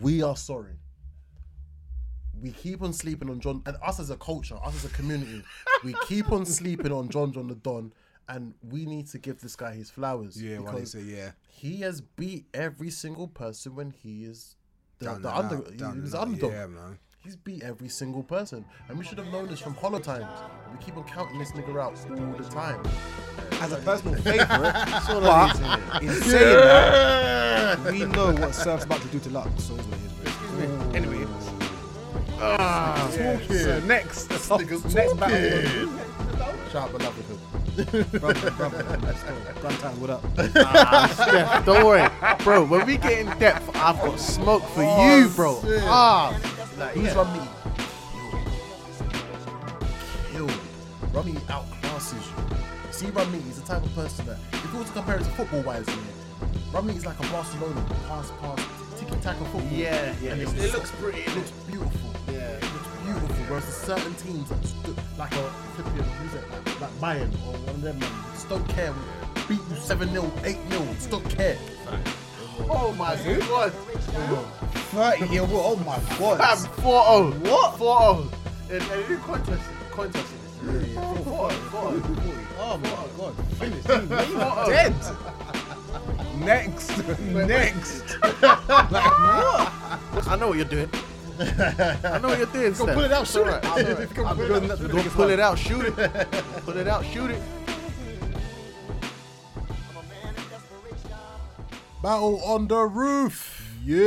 we are sorry. We keep on sleeping on John, and us as a culture, us as a community, we keep on sleeping on John John the Don, and we need to give this guy his flowers. Yeah, why they say yeah. he has beat every single person when he is the, Down the, and under, out, down he- he's and out. underdog. Yeah, man. He's beat every single person, and we should have known this from Hollow Times. We keep on counting this nigga out all the time. As a personal favourite, all I need to but in saying that, we know what Surf's about to do to Lux. So it's what it is, bro. Anyway. Talking. So next, Niggas next battle. talking. Shout out Malavica. Brother, brother, let's go. Bruntan, what up? Steph, don't worry, bro. When we get in depth, I've got smoke for you, bro. shit. Ah, Who's Rummy? Killed. Rummy outclasses you. See, Rummy is the type of person that, if you were to compare it to football wise, Rummy is like a Barcelona pass, pass, ticky tackle football. Yeah, yeah, And it- it's- it looks pretty, it It looks beautiful. Yeah. It looks beautiful. Whereas there's certain teams that, st- like a flipping, who's it, like, like Bayern or one of them, man, just don't care. Beat you 7 0, 8 0, just don't care. oh my god. 30 year old, oh my Fam, god. 4 0. What? 4 0. And, and oh. you contest, contest this. 4 0. 4 0. Oh my god. Finished. Dead. Next. Next. I know what you're doing. I know what you're doing. Steph. pull it out, shoot it. It's alright, If it's you can alright. pull I'm it out, good. shoot it. Don't pull it out, shoot it. Pull it out, shoot it. Battle on the roof. Yeah.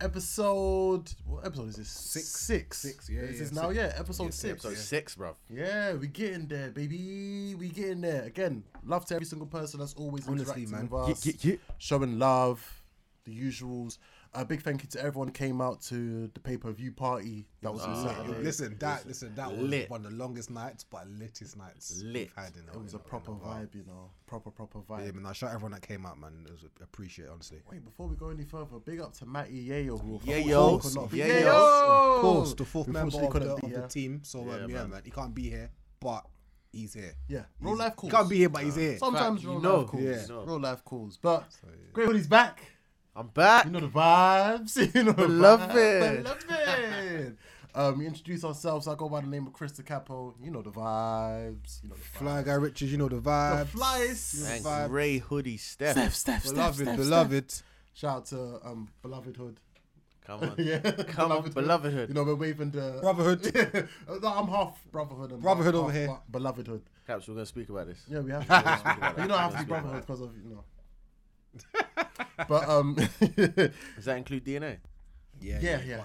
episode what episode is this six six Six, yeah, this yeah, is now yeah episode six So six, bro. yeah we getting there baby we getting there again love to every single person that's always Honestly, interacting man. with us Yeah, yeah, yeah. showing love the usuals a big thank you to everyone who came out to the pay-per-view party that was on Saturday Listen, that listen, that was Lit. one of the longest nights, but litest nights Lit. we've had in a- it was in a a- proper in a while. vibe you know proper proper vibe Yeah, man, I shout everyone that came out, man. It was appreciate, honestly. Wait, before we go any further, big up to Matty Yayo. who- Yayo. Of course, Yayo. Of course, the fourth Unfortunately, member of couldn't the, be of the here. team. So um, yeah, man. he can't be here, but he's here. Yeah, real life He calls. can't be here, but he's here. Sometimes Fact, real you know. life calls. Yeah. You know. Real life calls. But great when he's back. I'm back. You know the vibes. You know the Beloved. vibes. Beloved. um, we introduce ourselves. I go by the name of Chris DeCapo. You know the vibes. You know the Fly guy Richards, you know the vibes. flies. You know and the vibes. grey hoodie Steph. Steph, Beloved, beloved. Shout out to um, Belovedhood. Come on. Yeah, Come on, Belovedhood. You know we're waving the Brotherhood. no, I'm half brotherhood. And Brotherhood half- over here. half Bu- Belovedhood. Perhaps we're going to speak about this. Yeah, we have to. you don't have to be brotherhood because of you know. But um, Does that include DNA? Yeah, yeah, yeah.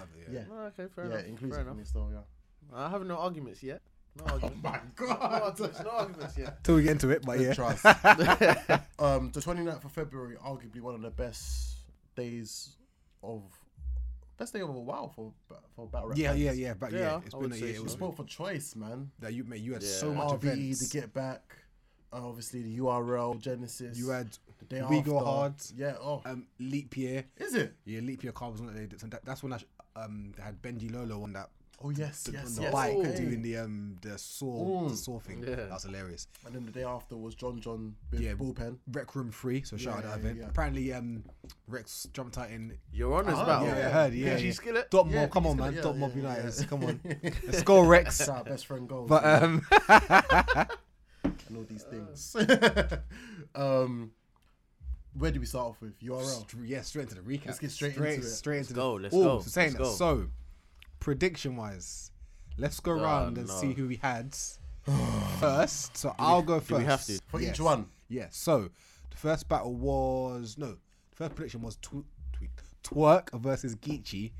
Oh, okay, Yeah, fair enough. Fair inclusive enough. in still, yeah. I have no arguments yet. No arguments. My no God! arguments, no arguments yet. Till we get into it, but yeah. Trust. um, the 29th of February, arguably one of the best days of best day of a while for for battle rap. Yeah, fans. yeah, yeah. But yeah, Yeah, it's I been a would say year. so. It was Sport for choice, man. that you mate, you had so Yeah. much RVE, the events. Get Back, uh, obviously the URL, Genesis. You had the day We Go after. Hard. Yeah. Oh, Um, leap year. is it? Yeah, leap year card was not they did. So that, that's when I sh- um they had Benji Lolo on that Oh yes, the, on yes, the yes. bike okay. doing the um the saw the Mm. saw thing. Yeah. That was hilarious. And then the day after was John John with Yeah. bullpen. Rec Room Free, so shout out Yeah, that event. yeah. Apparently, um, Rex jumped out in. Your honour's Oh, battle. yeah, I heard. Yeah, PG yeah. Skillet. Dot Yeah, Mob, come PG on, Skillet, man. yeah, Dot Mob yeah, yeah. United, come on. Let's go, Rex. That's our best friend goals. But yeah. um, and all these things. um, where do we start off with URL? Str- yeah, straight into the recap. Let's get straight into it. Straight into go, the, let's Oh, go, So saying let's that, go. so prediction wise, let's go around and Oh, no. see who we had first. So I'll go first. we have to? For Yes. each one. Yeah. So the first battle was no. The first prediction was tw- tweak twerk versus Geechee.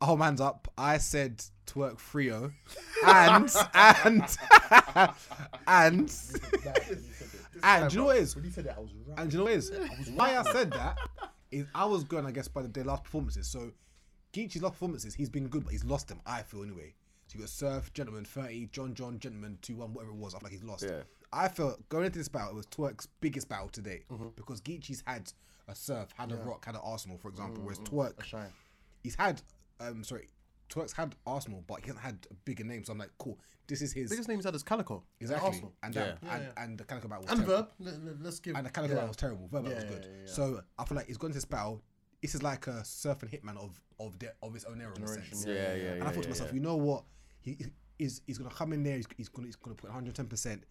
Oh, man's up. I said twerk Frio, and and and and do you know what it is? When you said that, I was right. And do you know what it is? Why I said that is I was going, I guess, by the day last performances. So Geechee's last performances, he's been good, but he's lost them, I feel anyway. So you got Surf, Gentleman 30, John John, Gentleman 2 1, whatever it was. I feel like he's lost. Yeah. I felt going into this battle, it was Twerk's biggest battle today because Geechee's had a Surf, had a Rock, had an Arsenal, for example, whereas Twerk, Shine. he's had, um, sorry, Twerk's had Arsenal, but he hasn't had a bigger name. So I'm like, cool. This is his biggest name he's had is Calico. at exactly. Arsenal. And Yeah. that, and, and the Calico battle was And terrible. Verb. Let, us give. and the Calico yeah. battle was terrible. Verb battle Yeah, was yeah, good. yeah, yeah. So I feel like he's gone to this battle. This is like a surf and hitman of of their, of his own era. In a Generation, sense. Yeah, yeah, yeah. And I thought to yeah, myself, yeah. you know what? He is he's gonna come in there. He's, he's gonna he's gonna put 110. percent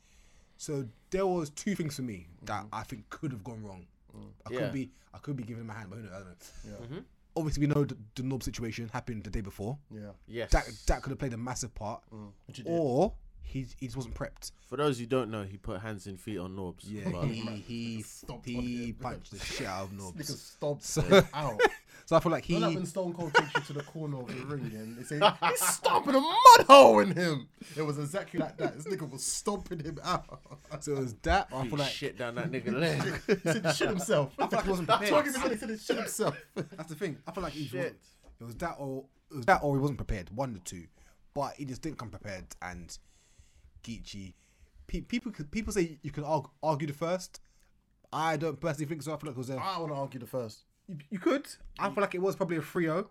So there was two things for me that I think could have gone wrong. I Yeah. could be I could be giving him a hand, but who knows? I don't know. Mm-hmm. Obviously, we know the, the knob situation happened the day before. Yeah. Yes. That that could have played a massive part, Which he did. or he he just wasn't prepped. For those who don't know, he put hands and feet on knobs. Yeah, but- he he, Stomped on he him. punched the shit out of knobs. Nigga stomped So- him out. So I feel like he Not like when Stone Cold takes you to the corner of the ring and they say, he's stomping a mud hole in him. It was exactly like that. This nigga was stomping him out. so it was that. I Beat feel like shit down that nigga leg. he said he shit himself. I like he wasn't That's what he prepared. said. He said he shit himself. That's the thing. I feel like he Shit. wasn't- it was that or it was that or he wasn't prepared. One or two, but he just didn't come prepared. And Geechee, pe- people could- people say you can arg- argue the first. I don't personally think so. I feel like it was a I want to argue the first. you, you could. I feel like it was probably a 3-0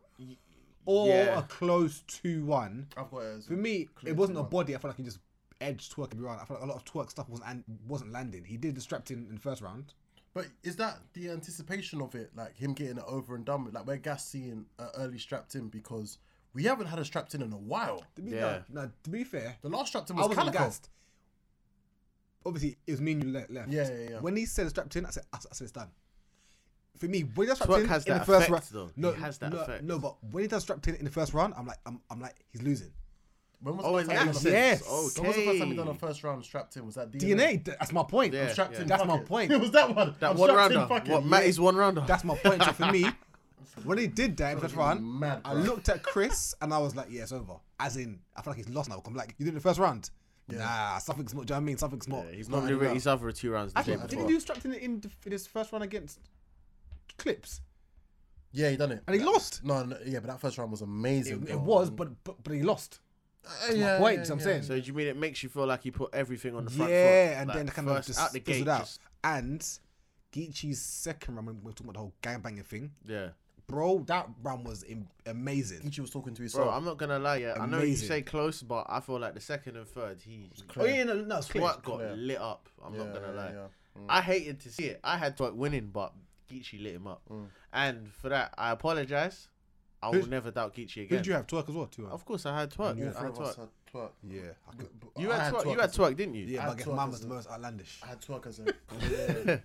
or Yeah. a close two one. I've got it. as- For me, Clear it wasn't a 2-1. body. I feel like he just edged twerk every round. I feel like a lot of twerk stuff wasn't and wasn't landing. He did distract in, in the first round. But is that the anticipation of it, like him getting it over and done with? Like we're gas seeing uh, early strapped in because we haven't had a strapped in in a while. To be, Yeah. no, no, to be fair, The last strapped in I was wasn't Calico. gassed. Obviously, it was me and you le- left. Yeah, yeah, yeah. When he said it's strapped in, I said, I said I said it's done. For me, when he does strapped Twerk in, has in that the first round, effect, though. no, He has that no, effect. no, but when he does strapped in in the first round, I'm like, I'm, I'm like, he's losing. When was Oh, the in last time that we sense. done a- Yes. When was the first time we Okay. done a first round strapped in? Was that DNA? DNA, th- that's my point. Yeah. Strapped in. That's my fuck it. point. It was that one. That I'm one strapped in, rounder. fuck it. What Matt is one rounder. That's my point. So for me, when he did that in the first round, mad, I bro. looked at Chris and I was like, yeah, it's over. As in, I feel like he's lost now. I'm like, you did it in the first round. Nah, something's not. Do you know what I mean? Something's not. Yeah, he's not not doing adding up. his other two rounds the I day think, did he before. do strapped in, in, the- in his first round against Clips? Yeah, he done it. And he lost. No, no, yeah, but that first round was amazing. It, bro. was, but, but but he lost. Uh, my point. so I'm saying. So do you mean it makes you feel like he put everything on the front foot? yeah, and Like, then kind of first just out the gate. fizzled out. just- And Geechee's second round, when we we're talking about the whole gangbanging thing, yeah. bro, that round was im- amazing. Ichi was talking to his Bro, son. I'm not gonna lie, yeah. I know you Amazing. say close, but I feel like the second and third, he Oh yeah, no, no, it's clear. Twerk got clear. lit up. I'm Yeah, not gonna yeah, lie. yeah. I hated to see it. I had Twerk winning, but Geechee lit him up. And for that, I apologize. I will Who's- never doubt Geechee Who again. did you have? Twerk as well, too. huh? Of course, I had Twerk. All I three had of us Twerk. had twerk. Oh, Yeah, I could, But You I had Twerk. You had as a- Twerk, didn't you? yeah, I but I had guess Twerk mine as was the the- most outlandish. I had twerk as a clear.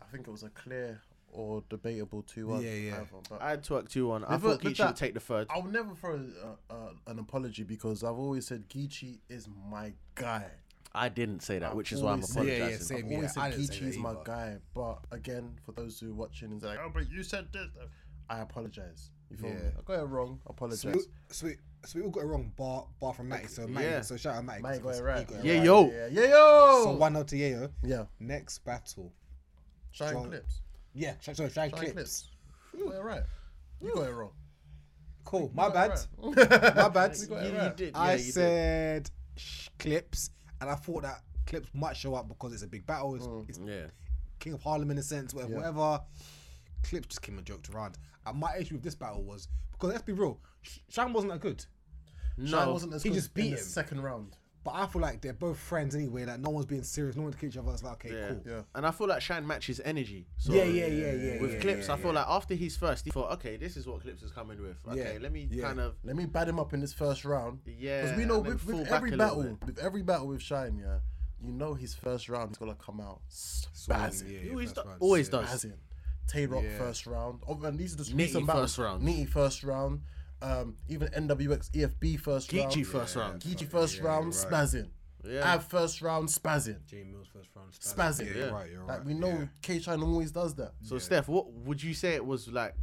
I think it was a clear or debatable two one. Yeah, yeah. But I had Twerk two one. I With- thought with Geechee that- would take the third. I'll never throw uh, uh, an apology because I've always said Geechee is my guy. I didn't say that, which is why I'm always said- apologizing. Yeah, yeah, same. I've Yeah, always I said didn't say Geechee's that my either. guy, but again, for those who are watching and like, oh, but you said this, I apologize. You feel me? Yeah. I got it wrong. Apologize. Sweet, sweet, sweet. All got it wrong, bar, bar from Matty. So Matty, Yeah. so shout out Matty. Mate, 'cause got it he right. got it Yeah, right. yo. Yeah, yeah, yo. So one out to Yeo. yeah, Next battle. shine Strong- clips. Yeah, sh- sorry, Shine Shine Clips. clips. You got it right. You got it wrong. Cool. My bad. You My bad. got You- it you right. did. Yeah, I you did. said sh- Clips, and I thought that Clips might show up because it's a big battle. It's, Mm. it's Yeah. King of Harlem in a sense, whatever, whatever. Clips just came and joked around. And my issue with this battle was because let's be real, Sh- Shine wasn't that good. Shine No. wasn't as he good just beat in the him. second round. But I feel like they're both friends anyway. Like no one's being serious. No one's kicking each other. It's like okay, Yeah. cool. Yeah. And I feel like Shine matches energy. So Yeah, yeah, yeah, yeah, With yeah, Clips, yeah, I feel like after he's first, he thought, okay, this is what Clips is coming with. Okay, Yeah, let me yeah. kind of. Let me bat him up in this first round. Because we Yeah, know and then with, fall with back every a little battle, with every battle with Shine, yeah, you know his first round is gonna come out spazzing. He always, first do- round, always yeah. does. Spazzing. Tay Rock Yeah. first round. Oh, and these are just Nitty recent battles. first round. Nitty first round. Um, even NWX EFB first round. Geechee first Yeah, round. Geechee first round you're right. spazzing. Yeah. Av first round spazzing. Jamie Mills first round. Spazzing. Yeah, Yeah. You're right. You're right. Like we know yeah. K Shine always does that. So Steph, what would you say it was like?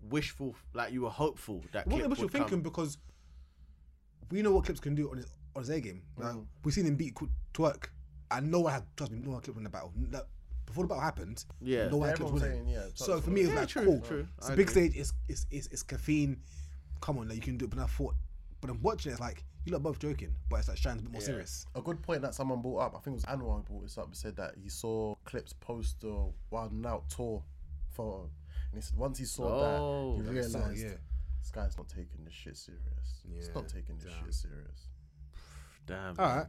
Wishful, like you were hopeful that. What Clip was you would thinking? come. Because we know what Clips can do on his on his A game. Like, We've seen him beat Qu- Twerk, and no one had trust me. No one had Clips in the battle. Like, before the battle happened, Yeah. no one had Yeah, everyone Clips winning. saying, yeah, so Twerk's for me, it's winning. like Yeah, cool. true, true. It's I a big agree. stage. It's it's it's, it's caffeine. Come on, like, you can do it. But I thought, but I'm watching. It's like you lot both joking, but it's like Shine's a bit more serious. a good point that someone brought up, I think it was Anwar who brought this up, said that he saw Clips post the Wild N Out tour photo. And he said once he saw Oh. that, he realised yeah. This guy's not taking this shit serious. He's Yeah, not taking this damn. shit serious. Damn. All right.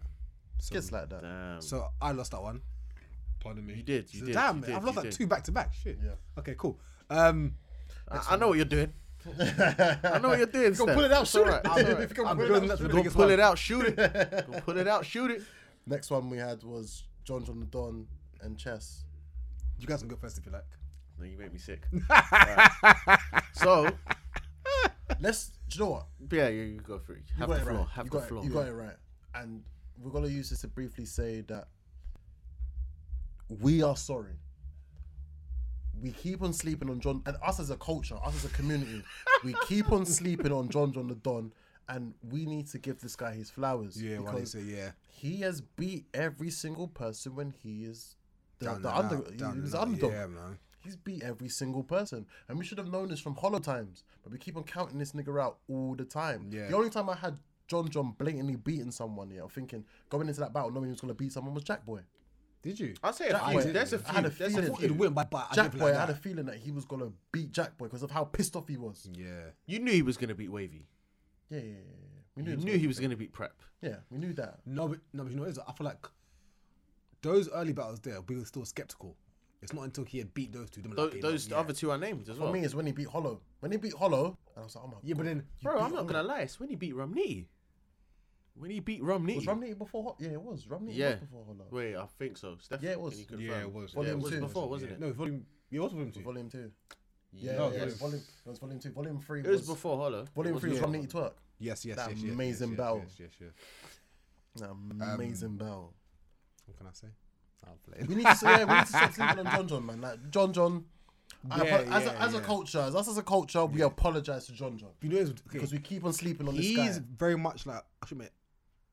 So, Gets like that. Damn. so I lost that one. Pardon me. You did, you So did, Damn, you man, did, I've lost you that did. two back to back. Shit. Yeah. Okay, cool. Um, I, I know what you're doing. I know what you're doing. Go Steph. pull it out, It's shoot all right, it. it's all right. If you can I'm pull it building out, up to shoot the it. Go biggest pull one. it out, shoot it. Go pull it out, shoot it. Next one we had was John John the Don and chess. You guys can go first if you like. No, you make me sick. Alright. So, Let's. Do you know what? yeah, you, you go through. You Have got the it floor. right. Have you the got floor. It, you got it right. And we're gonna use this to briefly say that we are sorry. We keep on sleeping on John and us as a culture, us as a community, we keep on sleeping on John John the Don, and we need to give this guy his flowers. Yeah, why do you because say yeah? he has beat every single person when he is the, Down the and under. out, he- down he was and out. underdog. Yeah, man. He's beat every single person. And we should have known this from Hollow Times. But we keep on counting this nigga out all the time. Yeah. The only time I had John John blatantly beating someone, yeah, I'm thinking going into that battle knowing he was gonna beat someone was Jack Boy. Did you? I'll say a Jack few. Boy. There's a I had few. a There's feeling. a thought he'd few. win, but, but I Jack didn't Boy, like I had a that. feeling that he was gonna beat Jack Boy because of how pissed off he was. Yeah. You knew he was going to beat Wavy. Yeah, yeah, yeah. yeah. We knew, You it was knew he was going to beat Prep. gonna- Yeah, we knew that. No, but, no, but you know what it is? I feel like those early battles there, we were still skeptical. It's not until he had beat those two. then we're Tho- like, okay, Those no, yeah. other two are named as For well. me, it's when he beat Hollow. When he beat Hollow, and I was like, oh my Yeah, god. but then you Bro, beat I'm not Hollow. going to lie. It's when he beat Romney. When he beat Romney. Was Romney before Hollow? Yeah, it was. Romney Yeah. was before Hollow. Wait, I think so. Steph, Yeah, it was. Can you confirm? Yeah, it was. Yeah, Volume it was two. before, wasn't it? No, volume. Yeah, it was volume two. Volume two. Yeah. Yeah, No, yeah, it it was was- volume it was volume two. Volume three It was before Hollow. Volume It three was wasn't- Romney to Twerk. Yes, yes, That yes, yes, yes, amazing yes, battle. Yes, yes, yes. An amazing bell. What can I say? I'll play. We need to say, yeah, we need to stop sleeping on John John, man. Like John John, I Yeah, apo- as, a, yeah, as a yeah. culture, as us as a culture, we apologize to John John You know, it's- okay, because we keep on sleeping on this he's guy. very much like I should make.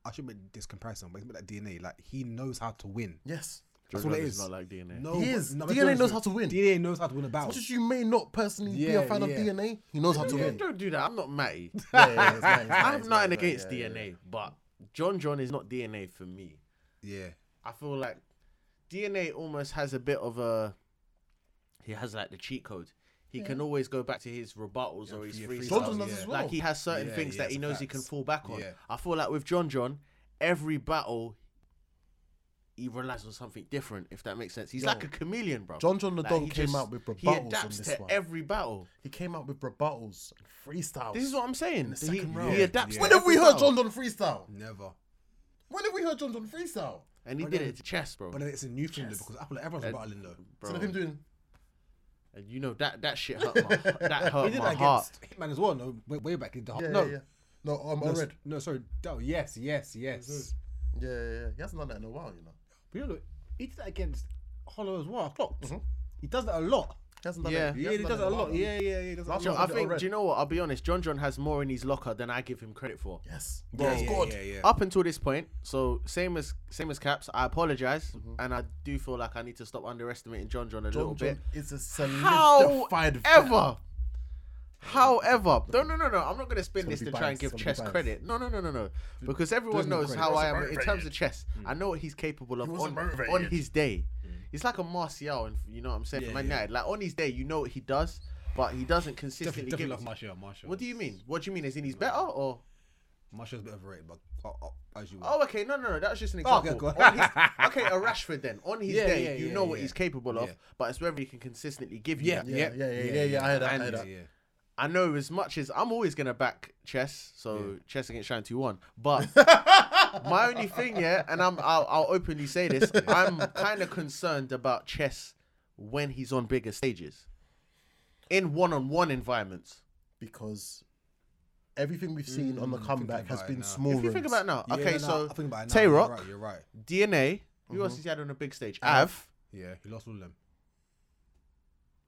I should make this comparison, but it's about that DNA. Like he knows how to win. Yes, That's Jordan what it is is. not like DNA. No, He but- is. but DNA to be knows honest with how to you, win. DNA knows how to win a battle. much as you may not personally be a Oh. Yeah, fan of yeah. DNA, he knows how to Yeah, win. don't do that. I'm not Matty. Yeah, yeah, yeah, it's nice, it's I nice, have it's nothing nice, against yeah, yeah, DNA, yeah. but John John is not DNA for me. Yeah, I feel like DNA almost has a bit of a. He has like the cheat code. He can always go back to his rebuttals or his yeah, freestyles. John John does as well. Like he has certain Yeah, things yeah, that he it's knows he can facts. fall back on. Yeah. I feel like with John John, every battle. He relies on something different, if that makes sense. He's like a chameleon, bro. John John the Like, Don he came just- out with He rebuttals on adapts this to one. every battle. He came out with rebuttals and freestyles. This is what I'm saying. the he, second round. he adapts. Yeah. to when have we every heard battle. John John freestyle? never. When have we heard John John freestyle? And he But did then- it to chess, bro. But then it's a new thing though, because I feel like everyone's Uh, battling though. bro. Instead of him doing and you know that that shit hurt my that hurt He did my that heart. against Hitman as well. No, way, way back in the yeah, no, yeah, yeah. no, um, no, I read. s- no, sorry, no, yes, yes, yes. Yeah, yeah, yeah. He hasn't done that in a while, you know. But you know, look, he did that against Hollow as well. I clocked. He does that a lot. He hasn't done Yeah. it. Yeah, he, does it it a lot. Yeah, yeah, yeah. He does it a Last lot. one I did it think. already. Do you know what? I'll be honest. John John has more in his locker than I give him credit for. Yes. Yeah, Yes, yeah, God. yeah, yeah. Up until this point, so same as same as Caps, I apologize, and I do feel like I need to stop underestimating John John a little Mm-hmm. John John bit. is a solidified vet. However, however, no, no, no, no. I'm not going to spin It's this to gonna be try and biased, give it's chess gonna be credit. No, no, no, no, no. Because everyone There's no knows credit. how It's I a am in motivated. terms of chess. I know what he's capable of was a on, motivated. on his day. He's like a Martial, and you know what I'm saying. for Yeah, Man yeah. United, like on his day, you know what he does, but he Definitely, doesn't consistently definitely give. love it- Martial. Martial. What do you mean? What do you mean? Is in he's better or? Martial's a bit overrated, but oh, oh, as you. were. Oh, okay. No, no, no. That was just an Oh, okay, example. cool. On his- okay, a Rashford then. On his Yeah, day, yeah, you yeah, know what yeah. he's capable of, Yeah. but it's whether he can consistently give you Yeah, that. Yeah, yeah, yeah, yeah, yeah, I heard that, I And- heard that. yeah. I know as much as I'm always gonna back chess, so chess against Shine Two One. But my only thing, yeah, and I'm I'll, I'll openly say this, I'm kind of concerned about chess when he's on bigger stages, in one-on-one environments. Because everything we've seen on the Mm, comeback has about it been now. small. If you think rooms. about it now, Yeah, okay, no, so I think about it now, Tay you're Rock, right, You're right. DNA. Mm-hmm. Who else has he had on a big stage? Uh-huh. Av. Yeah, he lost all of them.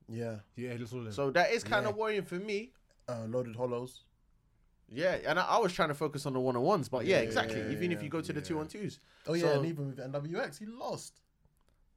yeah, Yeah, he lost all of them. So that is kind Yeah. of worrying for me. uh, loaded hollows. Yeah, and I, I was trying to focus on the one on ones, but yeah, Yeah, exactly. yeah, Even if yeah, you go to the two on twos, Oh yeah, So- and even with NWX, he lost.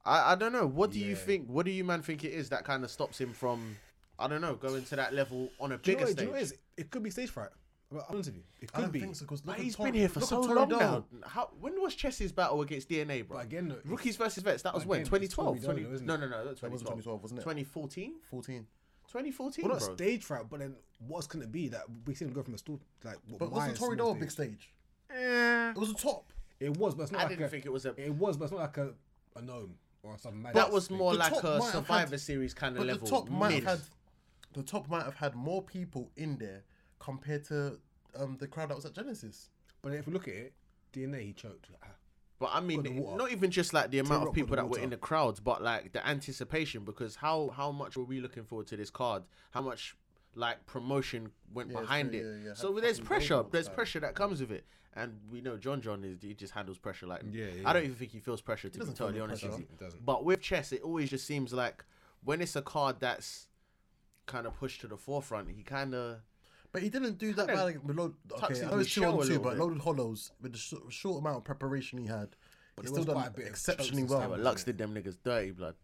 I, I don't know. What do you Yeah. think? What do you man think it is that kind of stops him from? I don't know, going to that level on a do you bigger know, what- do stage. you know what it is? It could be stage fright. Well, I'm honest with you. It I could don't be. think so because But he's been here for so long now. How, when was Chess's battle against DNA, bro? But again, though, Rookies versus vets. That was but when again, it's 2012. Tommy Dolan, 20 isn't no, it? no, no, not That wasn't 2012. 2012, wasn't it? 2014. 14. 2014, Well, not bro. stage fright, but then what's gonna be that we seen him go from a stool like? What, But wasn't Myers to Tory the Dole a stage? big stage? Eh, It was a top. It was, but it's not. I like didn't a, think it was a. It was, but it's not like a, a gnome or something. Like that was more the like top a might have Survivor had- Series kind of But level. the top might mid. have had the top might have had more people in there compared to um, the crowd that was at Genesis. But if you look at it, DNA he choked. Ah, But I mean, Got the water. not even just like the amount rock of with people the that were water. in the crowds, but like the anticipation. Because how how much were we looking forward to this card? How much like promotion went it's behind true, it? yeah, yeah. So Had there's fucking pressure. billboards, There's like- pressure that comes with it, and we know John John is he just handles pressure like Yeah, yeah, I don't yeah. even think he feels pressure to be doesn't feel totally no honest with pressure. you. It doesn't. But with chess, it always just seems like when it's a card that's kind of pushed to the forefront, he kind of But he didn't do that Kinda bad with load. tucks Okay, I into know it's the two shell a on two, little but bit. loaded hollows with the sh- short amount of preparation he had, he there still was quite done a bit of exceptionally chokes and well. stuff. but Lux did them niggas dirty blood.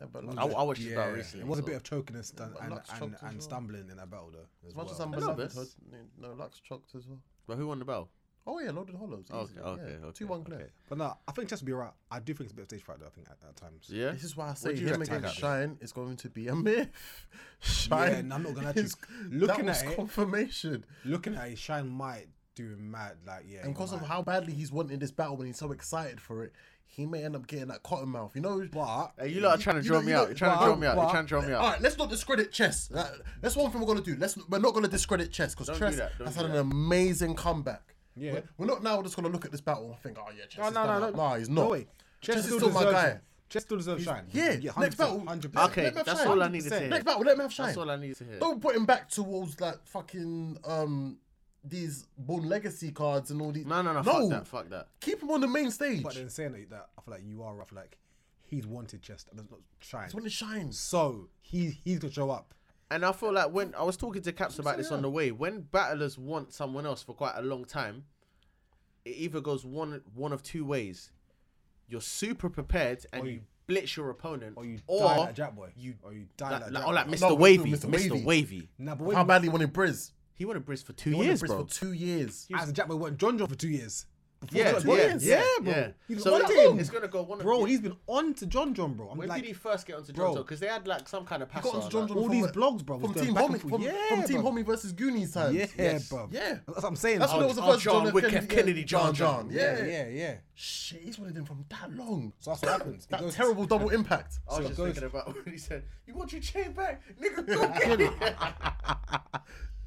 Yeah, but I, like, I watched yeah, it about recently. it was a so- bit of choking and, stun- But and, Lux and, choked as and well. stumbling in that battle though. As as much well. as I'm little beloved, bit. no, Lux choked as well. But who won the bell? Oh yeah, loaded hollows. Okay, easily, okay, yeah. okay, two one okay. clear. but no, I think Chess will be right. I do think it's a bit of stage fright though. I think at, at times. Yeah. This is why I say do you him reckon, against Gabby? Shine is going to be a myth. Shine, Yeah, and I'm not gonna lie to you. is- Looking that was at it- Oh confirmation, Looking at it, Shine might do him mad. Like yeah, and he because of might. how badly he's wanting this battle, when he's so excited for it, he may end up getting that cotton mouth. You know. But Hey, you lot are trying to you draw know- me you out. know- You're trying to well, draw me out. You're well, trying to draw me All out. right, let's not discredit chess. That- That's one thing we're gonna do. Let's we're not gonna discredit chess because Don't do chess that, don't has do had an that. amazing comeback. Yeah. we're, we're not now just gonna look at this battle and think, oh yeah, chess. No, is no, done no, that." no. Nah, he's not. No way. Chess, Chess is still my deserves guy. him. Chess still deserves shine. Yeah, next battle. Hundred Okay, Let him have that's shine. all I need to 100%. hear. Next battle, let him have shine. That's all I need to hear. Don't put him back towards like fucking um these Born Legacy cards and all these. No, no, no. Fuck that. Fuck that. Keep him on the main stage. But then saying that, that, I feel like you are rough. Like he's wanted Chess and does not shine. It's when it shines. So he he's gonna show up. And I feel like when I was talking to Caps about this on the way, when battlers want someone else for quite a long time, it either goes one one of two ways. You're super prepared and you, blitz your opponent, Or you or die like Jack Boy. you- or you die like, like, like, Jack or like Boy. Mr. No, but Wavy, Mr. Mr. Wavy. Wavy. Nah, but How when, badly wanted Briz? He wanted Briz for two He years, wanted Briz bro. for two years. as Jack Boy went John John for two years. Before yeah, Jack Boy. yeah, yeah, bro. yeah. He's So on it's, him. it's gonna go one. bro, of, he's been on to John John, bro. I'm when like, did he first get onto bro. John? Because they had like some kind of pass. He got onto John John all from these what- blogs, bro, was From going Team back and Homie, from, forth. Yeah, from Team bro. Homie versus Goonies times. yeah, Yes. bro. Yeah. that's what I'm saying. That's bro. when it was the oh, first John John Wick F. Kennedy, John John John. John. Yeah. yeah, yeah, yeah. Shit, he's wanted him from that long. So that's what happens. It That goes- terrible double impact. I was So it just goes- thinking about when he said, "You want your chain back, nigga? Go get it."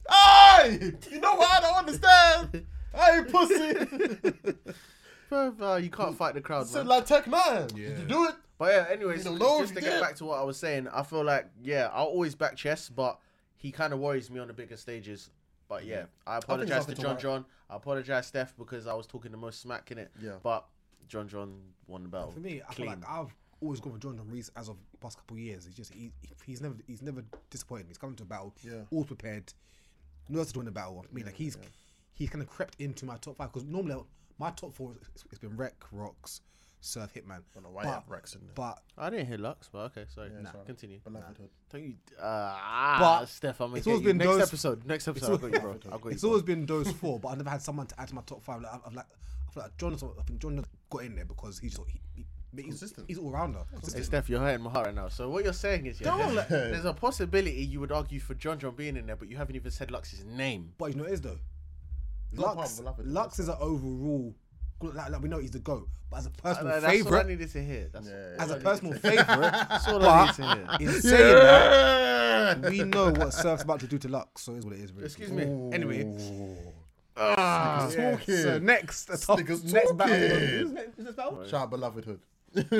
Hey, you know what I don't understand? Hey, pussy. Bro, bro, uh, you can't fight the crowd, Said man. like Tech Nine. Did you do it? but yeah, anyways, You don't know if just you to get did. back to what I was saying, I feel like yeah, I'll always back chess, but he kind of worries me on the bigger stages. But Mm-hmm. yeah, I apologize to nothing to John worry- John. I apologize Steph because I was talking the most smack in it. Yeah. But John John won the battle. For me, I feel clean. like I've always gone with John John Reese as of past couple years. He's just he, he's never he's never disappointed. me. He's come to a battle, Yeah. all prepared, knows to win the battle. I mean, like he's he's kind of crept into my top five because normally my top four is- it's been Rec, Rocks, Surf, Hitman. I don't know why you have Rex in there. But I didn't hear Lux, but okay, sorry. it's alright. Continue. Beloved hood. Don't you, uh, ah, But Steph, I'm gonna it's get always you. been next those- episode. Next episode, I've got you, bro. I've got you. it's bro. always been those four. But I've never had someone to add to my top five. Like, I've, I've like I feel like John. John's- I think John John's got in there because he's he, he, he's Consistent. He's all rounder. Hey Steph, you're hurting my heart right now. So what you're saying is, yeah, Don't there's, let- there's a possibility you would argue for John John being in there, but you haven't even said Lux's name. But you know what it is though. not Lux, part of the Lapid, Lux is an overall. Like, like we know he's the goat, but as a personal Uh, That's what I favorite, needed to hear. That's, Yeah. as a I need personal to- favorite, that's all I need but to hear. in saying that, we know what Surf's about to do to Lux, so it is what it is. Really. Excuse me. Anyway, Ah, yeah. talking. So next, a top, Niggas next battle. talking. Who's next- who's next battle? Shout out Beloved Hood.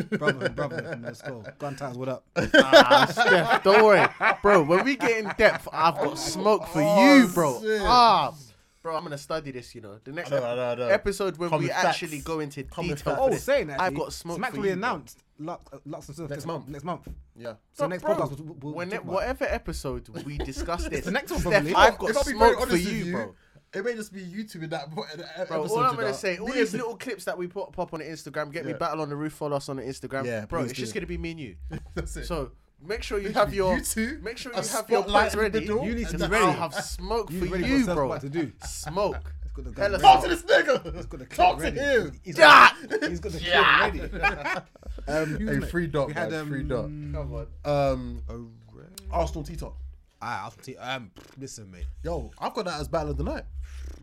Brother, brother, let's go. Gun times, what up? ah, Steph, don't worry, bro. When we get in depth, I've got smoke for you, bro. Oh, shit. Ah, bro, I'm gonna study this. You know, the next I know, I know, I know. episode when Come we with facts. actually go into Come with detail. facts. for Oh, this, saying that, I've got smoke Smack for really you. bro. announced Lux, uh, Lux and Surf Next month. Next month. Yeah. So But next bro, podcast, we'll, we'll when talk it- about it. whatever episode we discuss this, the next one, Steph, probably. If I've I'll got be very smoke for honest with you, bro. It may just be you two in that bo- in that Bro, episode, all I'm you gonna know. say, all Me these and- little clips that we put pop on Instagram, get me Yeah. battle on the roof, follow us on Instagram. Yeah, bro, please it's just do. gonna be me and you. That's it. So make sure you have your You two, make sure a you have your spotlight points in the ready. middle, You need to and be I'll ready. have smoke You for ready for you, yourself bro. what to do. Smoke. got the gun Hella ready. Talk smoke. to this nigga. got the clip Talk ready. to him. He's Yeah! got, he's got the clip ready. um, Hey, free dot, we had man, free dot. um, Come on. Um, a rec- Arsenal T top. I, I'll t- um, listen, mate. Yo, I've got that as battle of the night.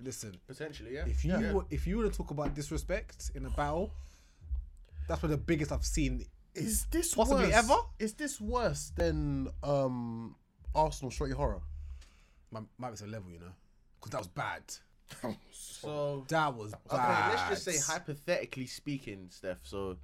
Listen, Potentially, yeah. if you were- if you were to talk about disrespect in a battle, that's one of the biggest I've seen. Is this Possibly worse? ever? Is this worse than um Arsenal Straight Horror? Might, might be some level, you know, because that was bad. So That was okay, bad. let's just say hypothetically speaking, Steph. So,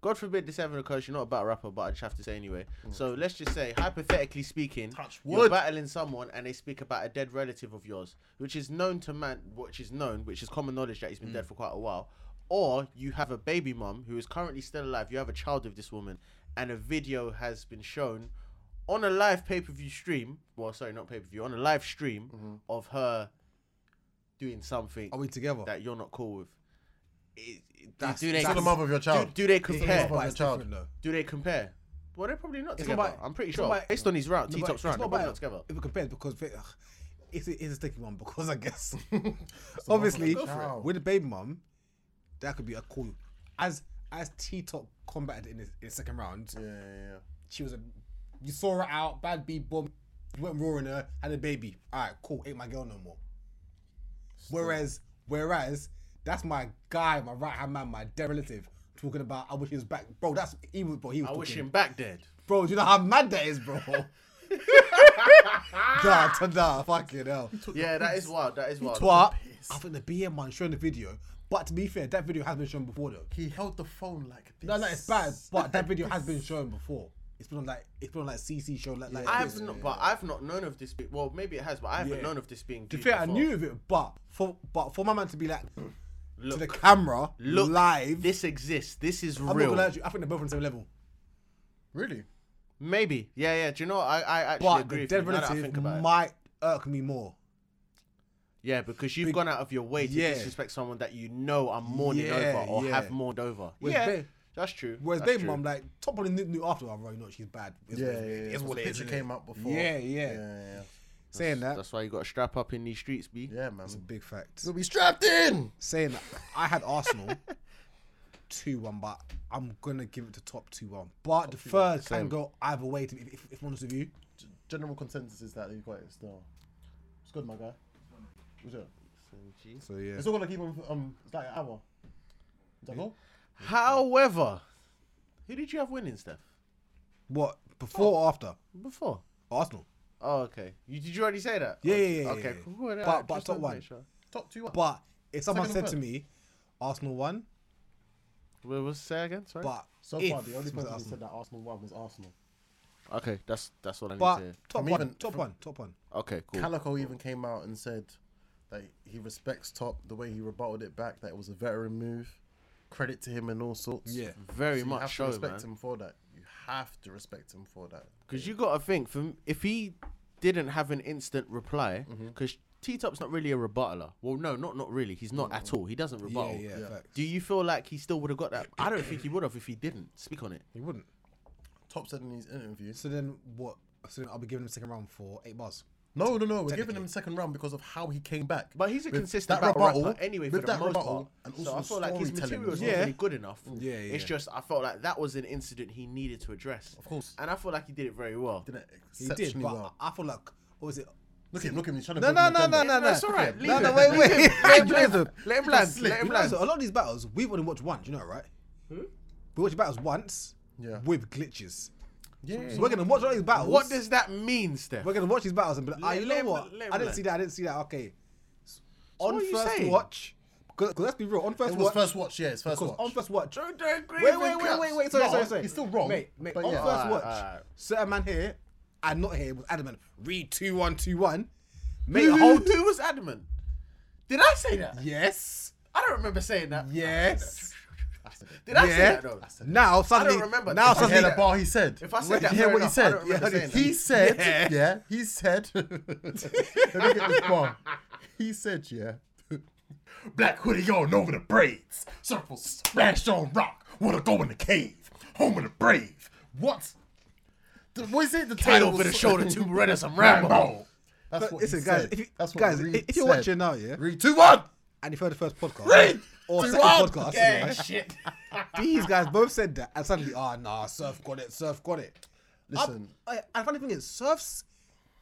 God forbid this ever occurs. You're not a battle rapper, but I just have to say anyway. So let's just say hypothetically speaking, Mm. Touch you're wood. battling someone and they speak about a dead relative of yours, which is known to man, which is known, which is common knowledge that he's been Mm. dead for quite a while. Or you have a baby mum who is currently still alive. You have a child with this woman, and a video has been shown on a live pay per view stream. Well, sorry, not pay per view, on a live stream Mm-hmm. of her doing something Are we together? that you're not cool with. It- it- That's- do they that's- Still the mother of your do, child. do they It's compare? about- but it's child. different though. Do they compare? Well, they're probably not It's not together. about- I'm pretty it's sure. not about- Based on his round, No, T but top's round, not they're probably about- not together. If it compares, because they- ugh, it's a, it's a sticky one. Because I guess, obviously, Go for it. with the baby mum, that could be a cool. As as T Top combated in his, in his second round, Yeah, yeah, yeah. she was a, you saw her out, bad B bomb, you went roaring her, had a baby. All right, cool, ain't my girl no more. Whereas, whereas, that's my guy, my right hand man, my dead relative. Talking about, I wish he was back, bro. That's he was, bro. He was I wish talking. him back dead. Bro, do you know how mad that is, bro? nah, to nah, fucking hell. Yeah, that is wild. That is wild. But I think the BM man showing the video. But to be fair, that video has been shown before though. He held the phone like this. No, no, it's bad, but that video has been shown before. It's been on like it's been on like CC show like, like I've this. not, but I've not known of this. Be- well, maybe it has, but I haven't Yeah. known of this being. to be viewed fair, I before. knew of it, but for but for my man to be like to the Look. camera Look, live, This exists. This is I'm real. not gonna lie to you, I think they're both on the same level. Really? Maybe. Yeah, yeah. Do you know? what? I, I actually But agree. the with you, dead now that I relative think about it. might irk me more. Yeah, because you've gone out of your way to Yeah. disrespect someone that you know I'm mourning Yeah, over or yeah. have mourned over. Whereas yeah, they- that's true. Whereas that's they true. mum like top probably knew, knew after I you know she's bad. It's Yeah, what yeah, it yeah. is. It's The what it is. picture innit? came up before. Yeah, Yeah, yeah. yeah, Saying that, That's why you got to strap up in these streets, b. yeah. yeah man. That's a big fact. So we strapped in. Saying that, I had Arsenal 2 1, but I'm going to give it to top 2 1. But the third can go either way, to, be- if, if, if I'm honest with you. G- General consensus is that he's quite still. It's good, my guy. What's it? So, yeah. It's all gonna keep him. Um, it's like an hour. Is that cool? However, who did you have winning, Steph? What? Before or after? Before. Arsenal. Oh, okay. You did you already say that? Yeah, Oh, yeah, yeah, Okay, yeah, cool. yeah. cool, But- alright, but just top wanted to one. make sure. Top two. But But if someone Second said and to me, Arsenal won, What was say again? Sorry. but. so if, far, the only person someone said who Arsenal. said that Arsenal won was Arsenal. okay, that's that's what I need But to hear. top From one, even- top from- one, top one. Okay, cool. Calico even came out and said that he respects Top the way he rebutted it back. That it was a veteran move. Credit to him and all sorts. Yeah. Very So you much have so, to respect man. him for that. You have to respect him for that. Because you got to think, from if he didn't have an instant reply, Mm-hmm. because T Top's not really a rebuttaler. Well, no, not not really. He's not at all. He doesn't Yeah, rebuttal. yeah, facts. Do you feel like he still would have got that? I don't think he would have if he didn't speak on it. He wouldn't. Top said in his interview. So then what? So then I'll be giving him second round for eight bars. No, no, no. We're giving him the second round because of how he came back. But he's a With consistent that battle rebuttal- rapper anyway for with the that most rebuttal part. and so also I the feel like his storytelling material as is well. already good enough. Yeah, yeah, It's yeah. just I felt like that was an incident he needed to address. Of course. And I feel like he did it very well. Did it He did, exceptionally but well. I I feel like what was it? Look at him, look at him. He's trying to No, build no, an no, no, agenda. no, no. It's all right. Leave No, no, it. wait, Leave wait. it. Let him Leave land. it. Let him land. Slick. Let him You know, land. so a lot of these battles we've only watched once. You know, right? We watched battles once Yeah. with glitches. Yeah, So we're gonna watch all these battles. What does that mean, Steph? we're gonna watch these battles and be like, ah, Let- you let know him- what? let him I didn't land. see that. I didn't see that. Okay. what on are you first saying? watch, because let's be real. On first It was watch, first watch, yeah, it's first because watch. on first watch, Don't don't agree Wait, with wait, him, wait, Caps. wait, wait. Sorry, No, sorry, sorry. he's still wrong, Mate, mate, but on yeah. first Alright, watch, alright. certain man here and not here was adamant. Read 2121. Mate, Mate, a whole whole. dude was adamant. Did I say that? yes. I don't remember saying that. Yes. Did I say yeah. that though? Now, suddenly. remember. Now, If I I hear suddenly. the bar he said. If I said that, you hear what fair he enough. I said? don't remember saying he that. said, Yeah. yeah. he said. Let me get this bar. He said, yeah. Black hoodie on over the braids. Circles splashed on rock. Wanna go in the cave. Home of the brave. What? The, what is it? The Head title over the was- shoulder, two Berettas, some Rambo. That's But what listen, he guys, said. if you- That's what guys, Reed if you're said. watching uh, now, yeah? Reed two one. And you've heard the first podcast. Read Or to second one. podcast. Yeah, yeah. shit. These guys both said that. And suddenly, ah, nah, Surf got it. Surf got it. Listen. I, and the funny thing is, Surf's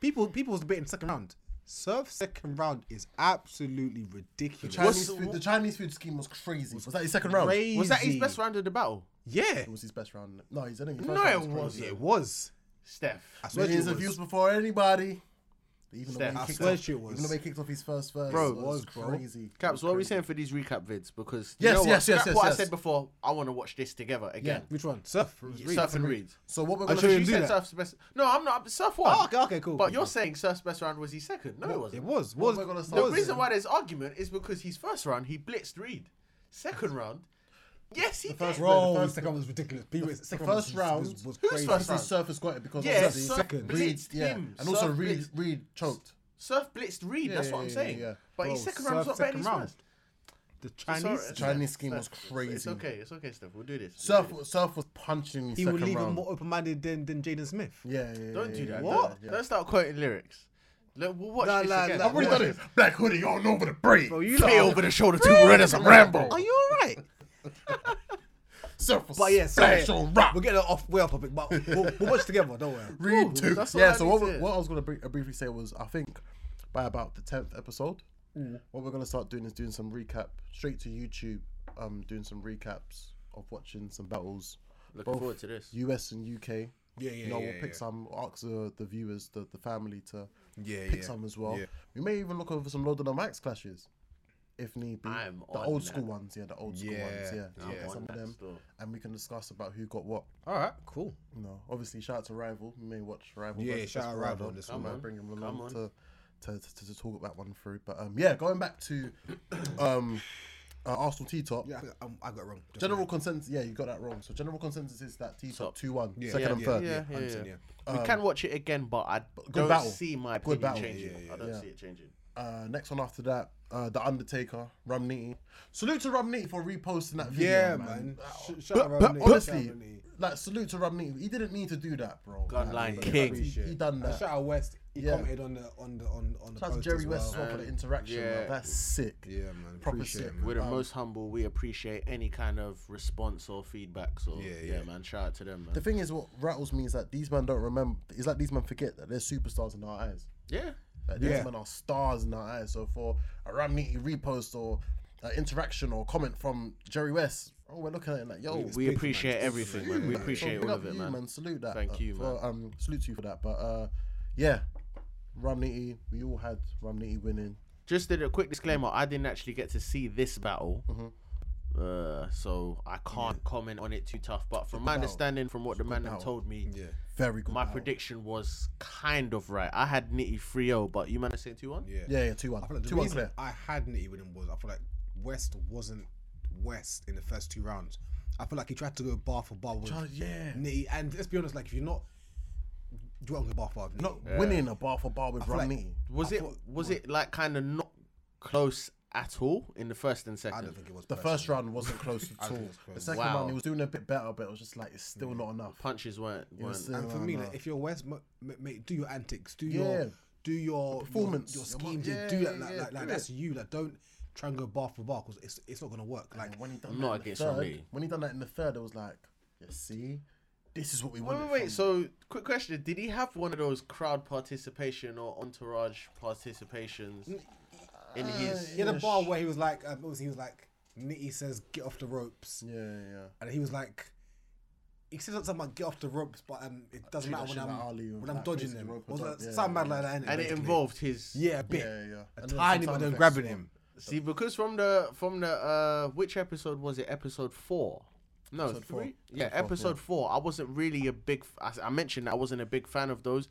people people was debating second round. Surf's second round is absolutely The ridiculous. Chinese, What's- food, the Chinese food scheme was crazy. Was that his second round? It Was that his Crazy. best round of the battle? Yeah, was his best round. No, he's I think his No, first round it was crazy. wasn't. it was. Steph. I swear to you Millions it of was. views before anybody. Even though Steph, he I kicked swear off- to you it was. Even though he kicked off his first verse, Bro, it was, was, bro. crazy. Caps, what are we saying for these recap vids? Because you Yes, know what? yes, yes, Scrap yes, What yes. I said before, I want to watch this together again. Yeah. Which one? Surf. It was Reed. Surf and Reed. So what we're I'll gonna show do? you You do said that. Surf's best. No, I'm not. Surf won. Oh, okay, okay, cool. But you're saying Surf's best round was his second. No, it it wasn't. was What was we're gonna was. start The reason why there's argument is because his first round he blitzed Reed. Second round, yes, he first round- did. Bro, the the first- second one was ridiculous. People- second one first was- round- was, was Who's crazy. first Since Surface got it because Yeah, obviously Surf second. Reed, blitzed yeah, him. and also Surf Reed, blitzed- Reed choked. Surf blitzed Reed. Yeah, that's what I'm yeah, yeah, saying. yeah. But Bro, his second round was Surf's not better than his second first. The Sorry, Chinese. Steph, Chinese scheme Steph, was it's- It's crazy. okay. It's okay, Steph. We'll do this. We'll Surf, do this. Surf was punched in He second would leave him round. more open-minded than than Jaden Smith. yeah, yeah, yeah, Don't do yeah, that. yeah, Don't, yeah. don't start quoting lyrics. Look, we'll watch Nah, this nah, again. nah, I've already done it. Black hoodie on over the braid. Bro, you Play lot- over the shoulder to red as a Rambo. Are you alright? Surf was But yeah, splash sorry. on rock. We're getting off way off topic, but we'll, we'll watch together. Don't worry. Read Ooh, two. that's all Yeah, I so need what, to we- hear. what I was going to br- uh, briefly say was I think by about the 10th episode, Mm. what we're going to start doing is doing some recap straight to YouTube, um, doing some recaps of watching some battles, Looking forward to this. US and UK. Yeah, yeah, You know, yeah, we'll pick yeah. some, we'll ask the, the viewers, the, the family to Yeah, pick yeah, some as well. yeah. We may even look over some Lord of the Max clashes. If need be, I'm the on old that. school ones, yeah, the old school ones, Yeah, yeah. I'm Look at on some of that them, still. and we can discuss about who got what. All right, cool. You know, obviously, shout out to Rival. You may watch Rival. Yeah, versus shout out Desperado. Rival on this We one, might man. Bring him Come along on. to, to, to, to talk that one through. But um, yeah, going back to um, uh, Arsenal T top. Yeah, I, I, I got it wrong. Just General consensus. Yeah, you got that wrong. So general consensus is that T top Top. two one, Yeah. second Yeah, and third. yeah, yeah, yeah. Anderson, yeah. we can watch it again, but I don't battle. see my Um, Good opinion battle. changing. Yeah, yeah, I don't yeah. see it changing. Uh, next one after that, uh, the Undertaker, Rumney. Salute to Rumney for reposting that video. Yeah, man. man. Sh- shout But, out but Romney, honestly, shout out Romney. like salute to Rumney. He didn't need to do that, bro. Gun Like, line he- king. He, he done And that. Shout out West. He Yeah. commented on the on the on on the Shout out to post Jerry as West as well well. for the interaction. yeah. man. That's sick. Yeah, man. Proper Appreciate sick. it, man. We're the most humble. We appreciate any kind of response or feedback. So yeah, Yeah, yeah. man. Shout out to them, The man. thing is, what rattles me is that these men don't remember. Is that these men forget that they're superstars in our eyes. yeah, Like, these Yeah. men are stars in our eyes. So for a Ramniti repost or uh, interaction or comment from Jerry West, oh, we're looking at it like, yo, we appreciate everything, man. We appreciate big all up of it, you, man. Salute that. Thank uh, you, for- man. um, salute to you for that. But uh, yeah, Ramniti, we all had Ramniti winning. Just did a quick disclaimer. I didn't actually get to see this battle. Mm-hmm. Uh, so I can't comment on it too tough, but from my understanding, from what the man had told me, Yeah. Very good. my battle. prediction was kind of right. I had Nitty 3 0, but you man are saying 2 1? Yeah. Yeah, yeah, two one, I feel like the two one reason clear. I hadn't even him was I feel like West wasn't West in the first two rounds. I feel like he tried to go bar for bar with Tried- yeah. Nitty. And let's be honest, like if you're not, you won't go bar for bar. with Not Nitty. winning a bar for bar with feel like- Ramniti. Was it was it like kind of not close at all in the first and I second? don't think it was The first round wasn't close at think all. it's close. The second Wow. round he was doing a bit better, but it was just like it's still Mm. not enough. Punches weren't. weren't was, uh, And for me, No, like, if you're West, ma- ma- mate, do your antics, do Yeah. your do your performance, your, your your mo- scheme, just yeah, do that. yeah, like yeah, like, like do that's you. Like don't try and go bar for bar because it's it's not gonna work. Like And when he done I'm that not in the against third, Romney. When he done that in the third, it was like, you see, this is what we Wait, want. wait, wait. So, quick question: Did he have one of those crowd participation or entourage participations in his? he had a bar where he was like, um, obviously he was like, Nitty says get off the ropes, yeah, yeah. and he was like, he said something about get off the ropes, but um, it doesn't Actually, matter when that shit I'm like Ali when with, I'm like, dodging basically them. rope Was and that that- yeah, something yeah, mad like that? innit, And it basically? involved his. yeah, a bit, Yeah, yeah, yeah. a And then tiny some bit, sound then effects grabbing as him. See, because from the from the uh, which episode was it? Episode four. No, Episode four. three. Yeah, Episode four, episode four. I wasn't really a big. f- I, I mentioned I wasn't a big fan of those.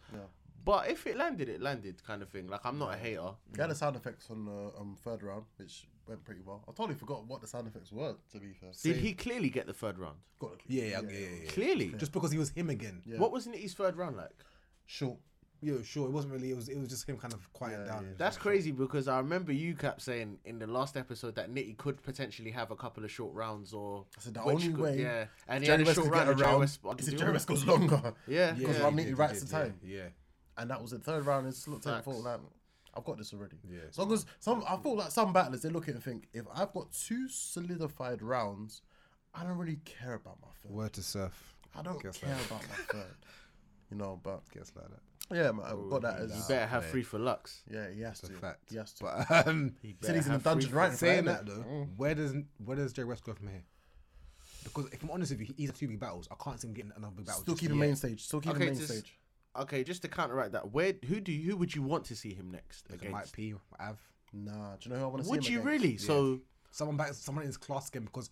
But if it landed, it landed, kind of thing. Like I'm not a hater. He had the sound effects on the um, third round, which went pretty well. I totally forgot what the sound effects were. To be fair, Did he clearly get the third round? Got it. Yeah, yeah, yeah, yeah, yeah. Clearly. Just because he was him again. Yeah. What was Nitty's third round like? Short. Yo, sure. It wasn't really. It was. It was just him kind of quieting down. That's crazy because I remember you cap saying in the last episode that Nitty could potentially have a couple of short rounds or I said the which only could- way. Yeah, and he had Jerry a West short could round. get and Jerry around. West, I Is could it do Jerry it. West goes longer? Yeah, Because yeah. Romney writes the time. Yeah. and that was the third round. It's looked at it and Facts. thought like, I've got this already. Yeah. As long as some, I feel like some battlers they look at it and think, if I've got two solidified rounds, I don't really care about my third. Word to surf. I don't guess care that. about my third. You know, but Gets like that. yeah, man, I've got that You as better have free for Lux. yeah. He has It's to. a fact. He has to. But um, He Said he's better in the have free dungeon for- right now. saying that though, where does where does Jay West go from here? Because if I'm honest with you, he's had two big battles. I can't see him getting another big battle. Still just keep him yet. main stage. Still keep him Okay, main just- stage. Okay, just to counteract that, where who do you, who would you want to see him next Like Mike against? P, Av. Nah, do you know who I want to see? Would him you against? really? So Someone back, someone in his class again because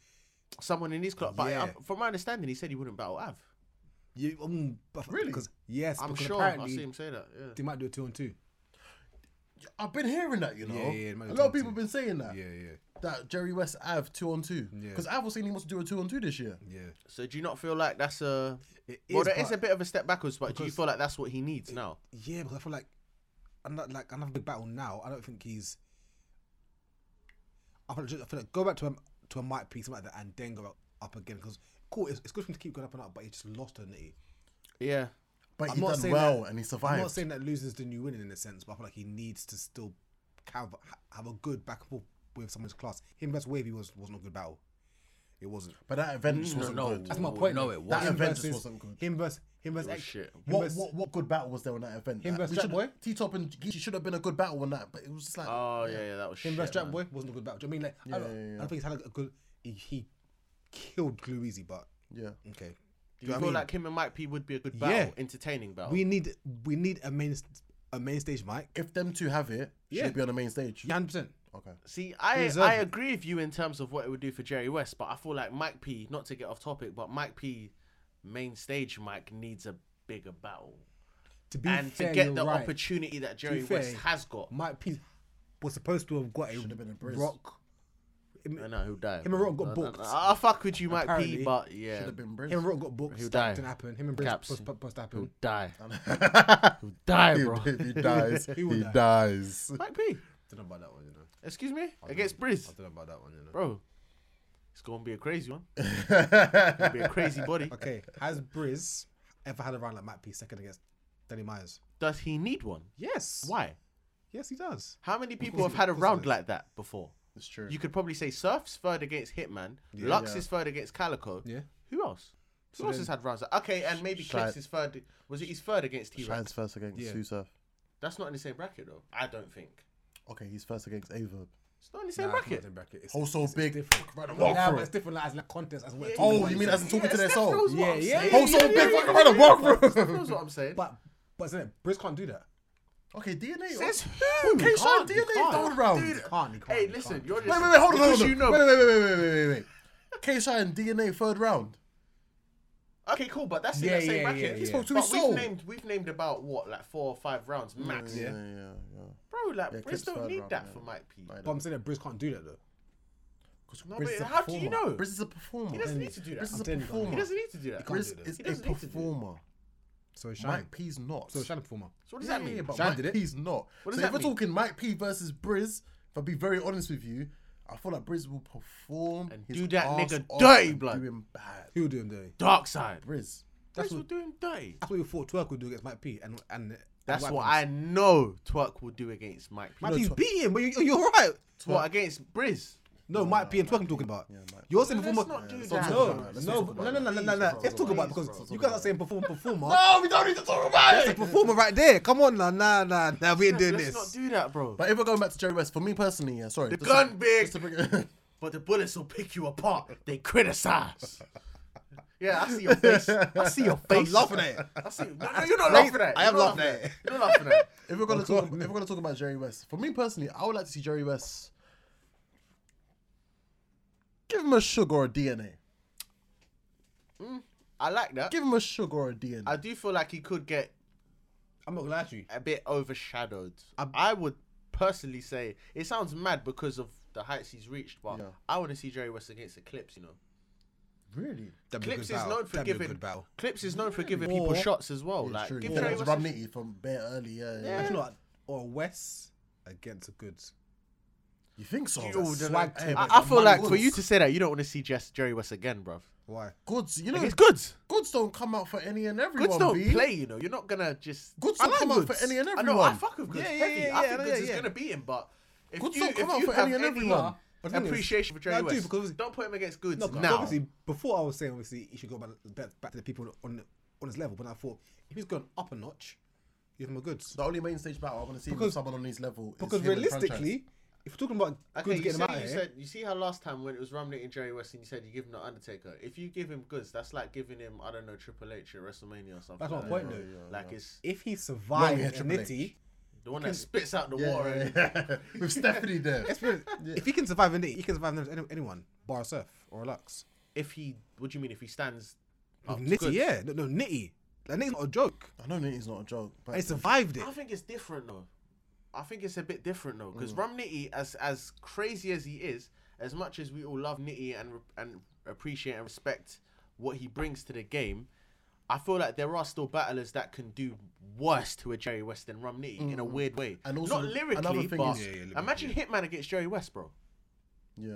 someone in his club, but Yeah. uh, from my understanding, he said he wouldn't battle Av. you um, but- Really? because yes, I'm because sure I apparently see him say that. Yeah. they might do a two on two. I've been hearing that, you know. Yeah, yeah, it might a be lot of two people on have been saying that. Yeah, yeah, That Jerry West Av two on two. Yeah. Because Av was saying he wants to do a two on two this year. yeah. So do you not feel like that's a It well, is, that is but- a bit of a step backwards, but do you because- feel like that's what he needs now? Yeah, because I feel like another like another big battle now. I don't think he's. I feel, like, I feel like go back to a to a mic piece like that and then go up, up again because cool. It's, it's good for him to keep going up and up, but he just lost on it. Yeah. But I'm he not done saying well that- and he I'm survived. not saying that losing is the new winning in a sense, but I feel like he needs to still have have a good back and forth with someone's class. Him versus Wavy was wasn't a good battle. It wasn't. but that event just wasn't no. good. That's my point. no, though. it wasn't. That Him event versus- just wasn't good. Him versus him versus was X- shit. him What, versus- what what good battle was there on that event? Him Uh, versus we Jack should- Boy? T-Top and Geechee should have been a good battle on that, but it was just like Oh yeah, yeah, that was Him shit. versus Jack man. Boy wasn't a good battle. Do you know what I mean, like, I, don't, yeah, I yeah. don't think he's had a good. He, he killed Gluezy, but yeah. okay. Do you know what I feel mean? like him and Mike P would be a good Yeah. battle, entertaining battle? we need we need a main a main stage mic? If them two have it, Yeah. should it be on the main stage? Yeah, hundred percent. Okay. See, I deserve I it. agree with you in terms of what it would do for Jerry West, but I feel like Mike P, not to get off topic, but Mike P, main stage Mike needs a bigger battle. To be and fair, to get you're the right. opportunity that To be Jerry fair, West has got. Mike P was supposed to have got a, Should've been a Briz. rock. I know he'll die. and Rock bro. got No, no, booked. no. I, I fuck with you, Mike P, Apparently, but yeah, Should have been Him and Briz. Rock got booked. He'll that die. Didn't happen. Him and Briz Caps. was supposed to he'll happen. die. he'll die, bro. If he dies, He will he die. dies. Mike P, don't know about that one, you know. excuse me, against Briz, don't know about that one, you know. bro. It's gonna be a crazy one. It's gonna be a crazy body. Okay, has Briz ever had a round like Mike P second against Danny Myers? Does he need one? Yes. Why? Yes, he does. How many people course have he- had a of course he round does. like that before? It's true. You could probably say Surf's third against Hitman, Lux Yeah. is third against Calico. Yeah. Who else? Who else has had rounds? Like, okay, and maybe Shine- Clips is third. Was it his third against T Rex? Shine's first against Yeah. Susaf. That's not in the same bracket though. I don't think. Okay, he's first against Averb. It's not in the same Nah, it's not bracket. in bracket. It's- Also it's- Oh, big. It's different. Fuck, No, walk nah, through. but it's different like, as like contest as we're Oh, about. you mean as in talking to their soul? knows what Yeah, I'm yeah, saying. yeah, Also yeah, big yeah, fucking around and walk through. Steph knows what I'm saying. But but isn't it? Briz can't do that. Okay, DNA. Says who? who? Okay, Shine Can't, he DNA can't. down round. Dude, Wait, He can't. He can't. hey, he listen, can't. you're just wait, wait, hold on, hold because on. You know. Wait, wait, wait, wait, wait, wait, wait, wait. K Shine DNA third round. Okay, cool, but that's in Yeah, the same yeah, bracket. yeah, He spoke to But his we've soul. named we've named about what like four or five rounds max. Yeah, yeah, yeah. Bro, like Yeah, Briz Clips don't third need round, that yeah. for Mike P. Like But I'm saying that Briz can't do that though. No, Briz but is a how do you performer. know? Briz is a performer. He doesn't need to do that. Briz is I'm a telling you, performer. He doesn't need to do that. can't do Briz that. is He a doesn't need to do it. performer. So it's Shine. Mike P's not. So it's Shine performer. So what does that Yeah, mean? yeah, but Shine Mike did it. P's not. What does so that if we're mean? talking Mike P versus Briz, if I'll be very honest with you, I feel like Briz will perform And his do that ass nigga off dirty, and blood. Do him bad. Who do him dirty? Dark side. Briz. That's That's what what- doing dirty. That's what we thought Twerk would do against Mike P. And and That's and what I know Twerk will do against Mike P. Mike No, P's Twerk- beating, him, but you, you're right. What against Briz? No, Mike P and Twerk I'm talking about. Mike You're saying Let's performer. not do not that. talk No, about it. Let's no, not talk no, about no, it. no, no, no, no. Let's talk about it Please, because bro. you guys are saying performer, performer. No, we don't need to talk about That's a performer right there. Come on, nah, nah, nah, nah. We ain't doing Let's not this. do that, bro. But if we're going back to Jerry West, for me personally, yeah, sorry. The gun big. To bring it, But the bullets will pick you apart. They criticize. Yeah, I see your face. I see your face. I'm laughing at it. I see. No, no, you're not laughing at it. I am You're not laughing at it. You're not laughing at it. if we're Oh, gonna talk, if we're gonna talk about Jerry West, for me personally, I would like to see Jerry West. Give him a sugar or a DNA. I like that. Give him a sugar or a DNA. I do feel like he could get I'm not gonna lie to you. a bit overshadowed. i would personally say it sounds mad because of the heights he's reached, but Yeah. I want to see Jerry West against Eclipse. You know, really? That'd be a Clips good is battle. known for That'd be a giving good battle. Clips is known for giving people Or- shots as well. Yeah, like true. give Yeah, Jerry that was West. Rum a- Nitty from Bear early. Yeah, yeah. Actually, no, or West against a good. You think so? Yo, That's the- swag I- team. I, I That's feel like goods. for you to say that you don't want to see Jess Jerry West again, bruv. Why? goods, you know, Like, it's goods. goods don't come out for any and everyone. Goods don't B. play, you know. You're not gonna just Goods I don't like come out Goods. for any and I know, I everyone. fuck with goods Yeah, yeah, heavy. yeah, yeah, I think yeah, goods is yeah. gonna beat him, but if Goods you, don't come if out you for have any and any, everyone. But the thing is- appreciation for Jerry No, I do, West, because- don't put him against goods No, because now. obviously before I was saying obviously you should go back, back, back to the people on on his level, but I thought if he's gone up a notch, give him a goods. The only main stage battle I want to see with Because- someone on his level is Because him and Franchise. realistically, if we're talking about Okay, goods you, getting him out said, you of here, said you see how last time when it was Romney and Jerry West and you said you give him the Undertaker. If you give him goods, that's like giving him I don't know Triple H at WrestleMania or something. That's my like point, that. though. Yeah, Like it's if he Wrong, we had survives Triple Nitty, H. the one that spits out the water. yeah, and- yeah, yeah. with Stephanie there. let's be honest, if he can survive a Nitty, he can survive any- anyone, bar a Surf or a Lux. If he, what do you mean? If he stands Oh, up to Nitty, goods? yeah, no, no Nitty. That Nitty's not a joke. I know Nitty's not a joke, but He survived it. I think it's different though. I think it's a bit different though Mm. because Rum Nitty, as as crazy as he is, as much as we all love Nitty and and appreciate and respect what he brings to the game, I feel like there are still battlers that can do worse to a Jerry West than Rum Nitty in a weird way. Mm-hmm. And also, not another lyrically, thing but is- Yeah, yeah, lyrically, imagine Hitman against Jerry West, bro. yeah,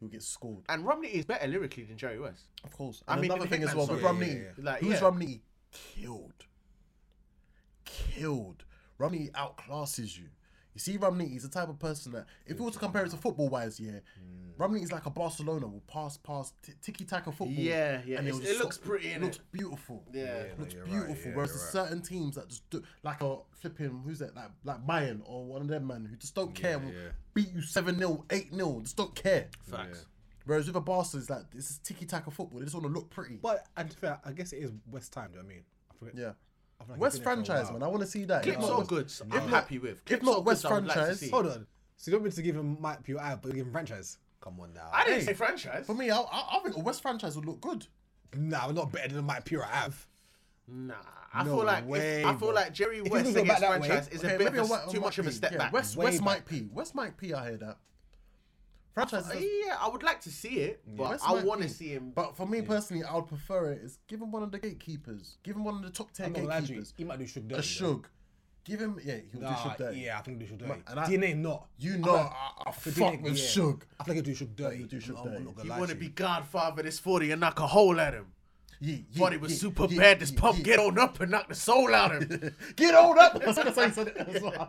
he'll get scored. And Rum Nitty is better lyrically than Jerry West. Of course. I And mean, another the thing as Hitman well song, with yeah, Romney, yeah, yeah. Like, who's yeah. Romney killed, killed. Romney outclasses you. You see, Romney is the type of person that, if you were to compare it to football wise, yeah, Hmm. Romney is like a Barcelona, will pass, pass, t- ticky taka football. Yeah, yeah, he'll it's- just it looks pretty, It innit? looks beautiful. Yeah. It looks you're right, beautiful. yeah, Whereas you're there's certain teams that just do, like a flipping, who's that, like, like Bayern or one of them, man, who just don't care, will yeah. beat you 7 0, 8 0, just don't care. Facts. Whereas with a Barca, it's like, this is ticky taka football, they just want to look pretty. But and to be fair, I guess it is West time. Do you know what I mean? I forget. Yeah. I feel like West he's been there for a franchise, while. man. I want to see that. Clips If or not- goods, I'm not- happy with. Clips not or West goods, I would like to franchise- see. Hold on. So you don't mean to give him Mike Pure out, but you give him franchise? Come on now. I didn't say franchise. For me, I, I, I think a West franchise would look good. Nah, we're not better than Mike Pure Av. Nah, I No feel like if- way, I feel bro. like Jerry he's West gonna go against back that way, franchise is a Okay, bit of a, Wa- s- too much of a Mike P. step Yeah, back. West, Way West back. Mike P. West Mike P. I hear that. Franchise. Uh, is- yeah, I would like to see it, but West I Mike want to P. see him. But for me personally, I would prefer it is give him one of the gatekeepers. Give him one of the top ten I'm not gonna lie to you, gatekeepers. He might do Shug A Shug. Give him yeah. He'll do Nah, Shug dirty. yeah, I think they should do Ma- it. and I- DNA not. You I'm know, not- I, I for fuck DNA, with yeah. Shug. I think they do Shug dirty. do Shug I'm- I'm dirty. not gonna you lie want to you. be godfather this 40 and knock a hole at him. Yeah, yeah, Thought he was yeah, super yeah, bad this yeah, pump. yeah. Get on up and knock the soul out of him. Get on up. I was gonna say something as well.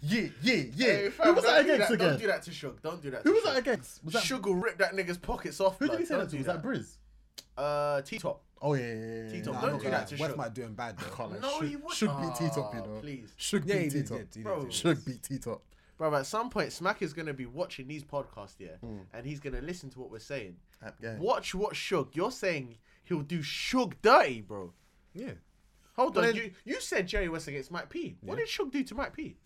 Yeah, yeah, yeah. Hey, fam, Who was don't that do against that- Don't again? do that to Shug. Don't do that Who to was that Shug. against? Was that Shug will rip that nigga's pockets off. Who did he blood. say that to? Don't do Was that Briz? Uh, T-Top. Oh yeah, yeah, yeah, yeah. Tito, yeah. Nah, don't I'm not do gonna that lie. to Shug. West might doing bad though. Can't, like, No, should, he wouldn't. should beat T-Top, you Ah, know. please. Should Yeah, he beat did. T-Top. did, he Bro. did. Should beat T-Top. Bro, at some point, Smack is going to be watching these podcasts, yeah? Hmm. And he's going to listen to what we're saying. App game. Watch what Shug. You're saying he'll do Shug dirty, bro. Yeah. Hold But on, then- you, you said Jerry West against Mike P. What Yeah. did Shug do to Mike P?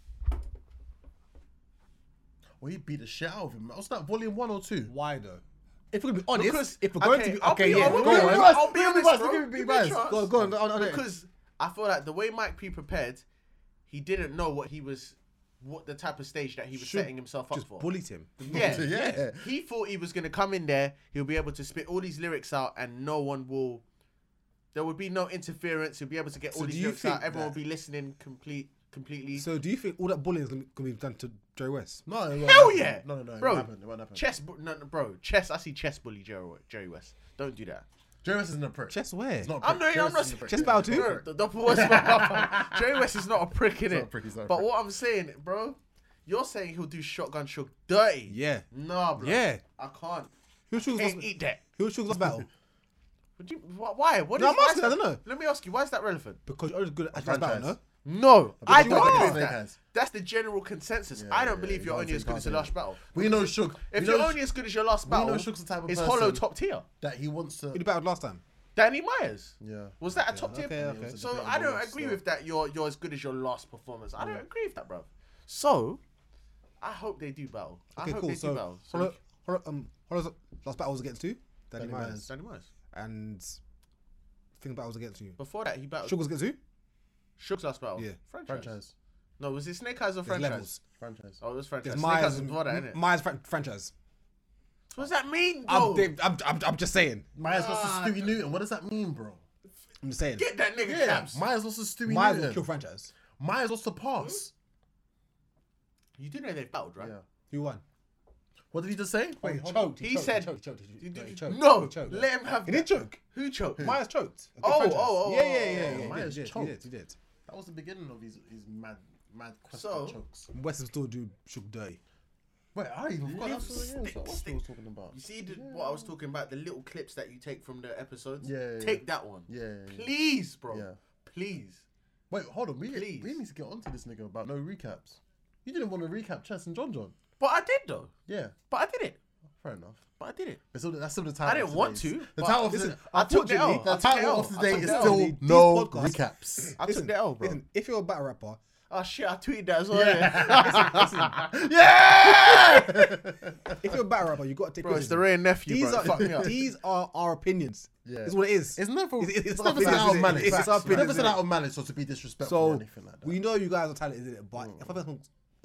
Well, he beat the shit out of him. That was that volume one or two. Why though? If we're gonna be honest, Because- if we're going okay, to be I'll okay, be- yeah, I'll go be on. honest. I'll be honest, Give bro. me Give big me vibes. a chance. Go on, go on, go on, on it. Because I feel like the way Mike P prepared, he didn't know what he was, what the type of stage that he was setting himself up Just for. bullied him. Yeah, Yeah. yeah. He thought he was gonna come in there. He'll be able to spit all these lyrics out, and no one will. There would be no interference. He'll be able to get all So these do you lyrics out. think Everyone will that- be listening complete, completely. So do you think all that bullying is gonna be- gonna be done to Jerry West? No, it won't Hell happen. yeah! No, no, no. bro. It won't happen. It won't happen. Chess, bu- no, no, bro. Chess. I see chess bully Jerry, Jerry West. Don't do that. Jerry West isn't a prick. Chess where? He's not a I'm prick. not. Jerry I'm West not. isn't a prick. Chess battle He's not a too? prick. The, the boy's not- Jerry West is not a prick in not a it. prick, he's not a But prick. what I'm saying, bro, you're saying he'll do shotgun shook dirty. Yeah. Nah, bro. Yeah. I can't. Who should Can't eat that. Who should last battle? Would you, wh- why? What No, is- I'm why asking, is I that- don't know. Let me ask you. Why is that relevant? Because you're good at last battle, no? franchise. No, I you don't are. believe Snake that. eyes. That's the general consensus. I don't believe you're only as good as your last battle. We know Shug. If We you're know only as good as your last know battle, Shook's the type of it's hollow person- top tier. that he wants to. Who the battled last time? Danny Myers. Yeah. Was that a top tier? okay, okay. So Yeah, I don't that's agree the- with that. You're you're as good as your last performance. I Mm. don't agree with that, bro. So I hope they do battle. Okay, I hope cool. they do So, battle. So Hollow, Hollow, um, Hollow's last battle was against who? Danny, Danny Myers. Myers. Danny Myers. And think battle was against you. Before that, he battled Sugar Sugar's, was against who? last battle. Yeah. Franchise. franchise. No, was it Snake Eyes or There's Franchise? levels. Franchise. Oh, it was Franchise. There's Snake Eyes Myers. was and- before that, innit? Myers fran- franchise. what does that mean, I'm, bro? Dave, I'm, I'm, I'm just saying. Myers versus Stewie Newton. What does that mean, bro? I'm just saying. Get that nigga caps. Myers versus Stewie Myers will kill Newton. franchise. Myers wants to pass. You do know they battled, right? Yeah. Who won? What did he just say? Wait, choked. He said- choked, choked, he You choked, do- he choked, no, he choked. let him have He did that. choke. Hmm. Who choked? Myers choked. Oh, Franchise. oh, oh, yeah, yeah, oh, yeah, oh, yeah. Myers he did, choked. He did, he did. That was the beginning of his his mad mad quest So- for chokes. West will still do shook dirty. Wait, I even forgot. Little That's what, stick, yeah, that's what I stick. was talking about. You see the, what I was talking about? The little clips that you take from the episodes? Yeah, yeah, Take that one. Yeah, yeah, yeah. Please, bro. Yeah. Please. Wait, hold on. We, Please. we need to get onto this nigga about no recaps. You didn't want to recap Chess and John John. But I did, though. Yeah, But I did it. fair enough. But I did it. That's still, that's still the title. I didn't of want today's- to. The but title of, the, listen, I took the the L. I took the title L. of I today took is the L. still These no podcasts- recaps. I took the L, bro. Listen, if you're a battle rapper, Oh, shit. I tweeted that as well. Yeah. yeah! if you're a battle rapper, you got to take. bro, it's criticism. the Ray nephew, These bro. are Fuck me up. these are our opinions. Yeah. it's what it is. It's never, It's- it's, it's- it's never said opinions, out of isn't it? malice. It's It's opinions, never isn't said it? out of malice or to be disrespectful or So anything like that. we know you guys are talented, isn't it? But if I person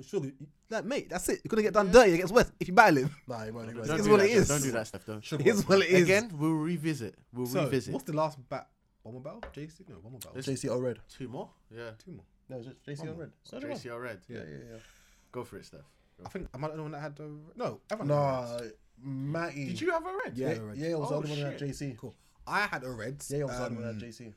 surely like mate, that's it. You're gonna get done dirty against West if you battle him. nah, it won't, it won't. Don't It's do what that, it Steph. is. Don't do that stuff, though. Should It's what it is. Again, we'll revisit. We'll So, revisit. What's the last bat? Bomber battle? J six? No, bomber battle. JC O Red. Two more? Yeah. Two more. No, is it JC O Red. So do I. JCR Red. Yeah, yeah, yeah. Go for it, Steph. I think I might have the one that had the no. Everyone had Nah, the reds. Matty. Did you have a red? Yeah, Yeah, red. yeah, I was the Oh, only one that had shit. JC. cool. I had a reds. Yeah, I was the only um, one that had JC.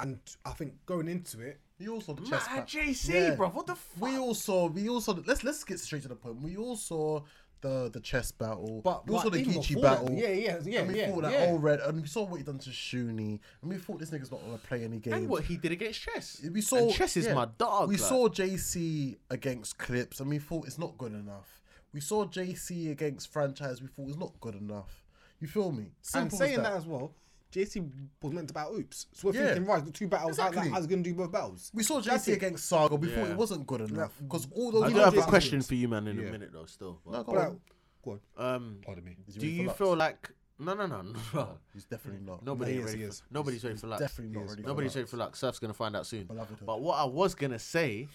and I think going into it, You also the Matt chest had back. JC, Yeah. bro. What the fuck? We all saw. We all saw. Let's let's get straight to the point. We all saw the the chess battle. but we all saw but the even Geechee before that, battle. Yeah, yeah, yeah, And we yeah. thought that yeah. all red, and we saw what he done to Shuni, and we thought this nigga's not gonna play any games. and what he did against Chess. we saw and Chess is yeah, my dog. We like. saw JC against Clips, and we thought it's not good enough. We saw JC against Franchise. We thought it's not good enough. You feel me? and Simple as saying that. that. as well, JC was meant to battle Oops. So we're Yeah. thinking, right, the two battles, how, Exactly. like, how's it going to do both battles? we saw JC against Saga. We thought Yeah. it wasn't good enough because all those. I do know have a Jason question Williams. for you, man, in Yeah. a minute though. Still, No, go But, on. like, go on, um, pardon me. He's do ready for you laps. feel like no, no, no, no. He's definitely not. Nobody he is, ready. he for- is. Nobody's ready for luck. Definitely not ready. for Nobody's laps. ready for luck. Surf's gonna find out soon. Belovedhood. But what I was gonna say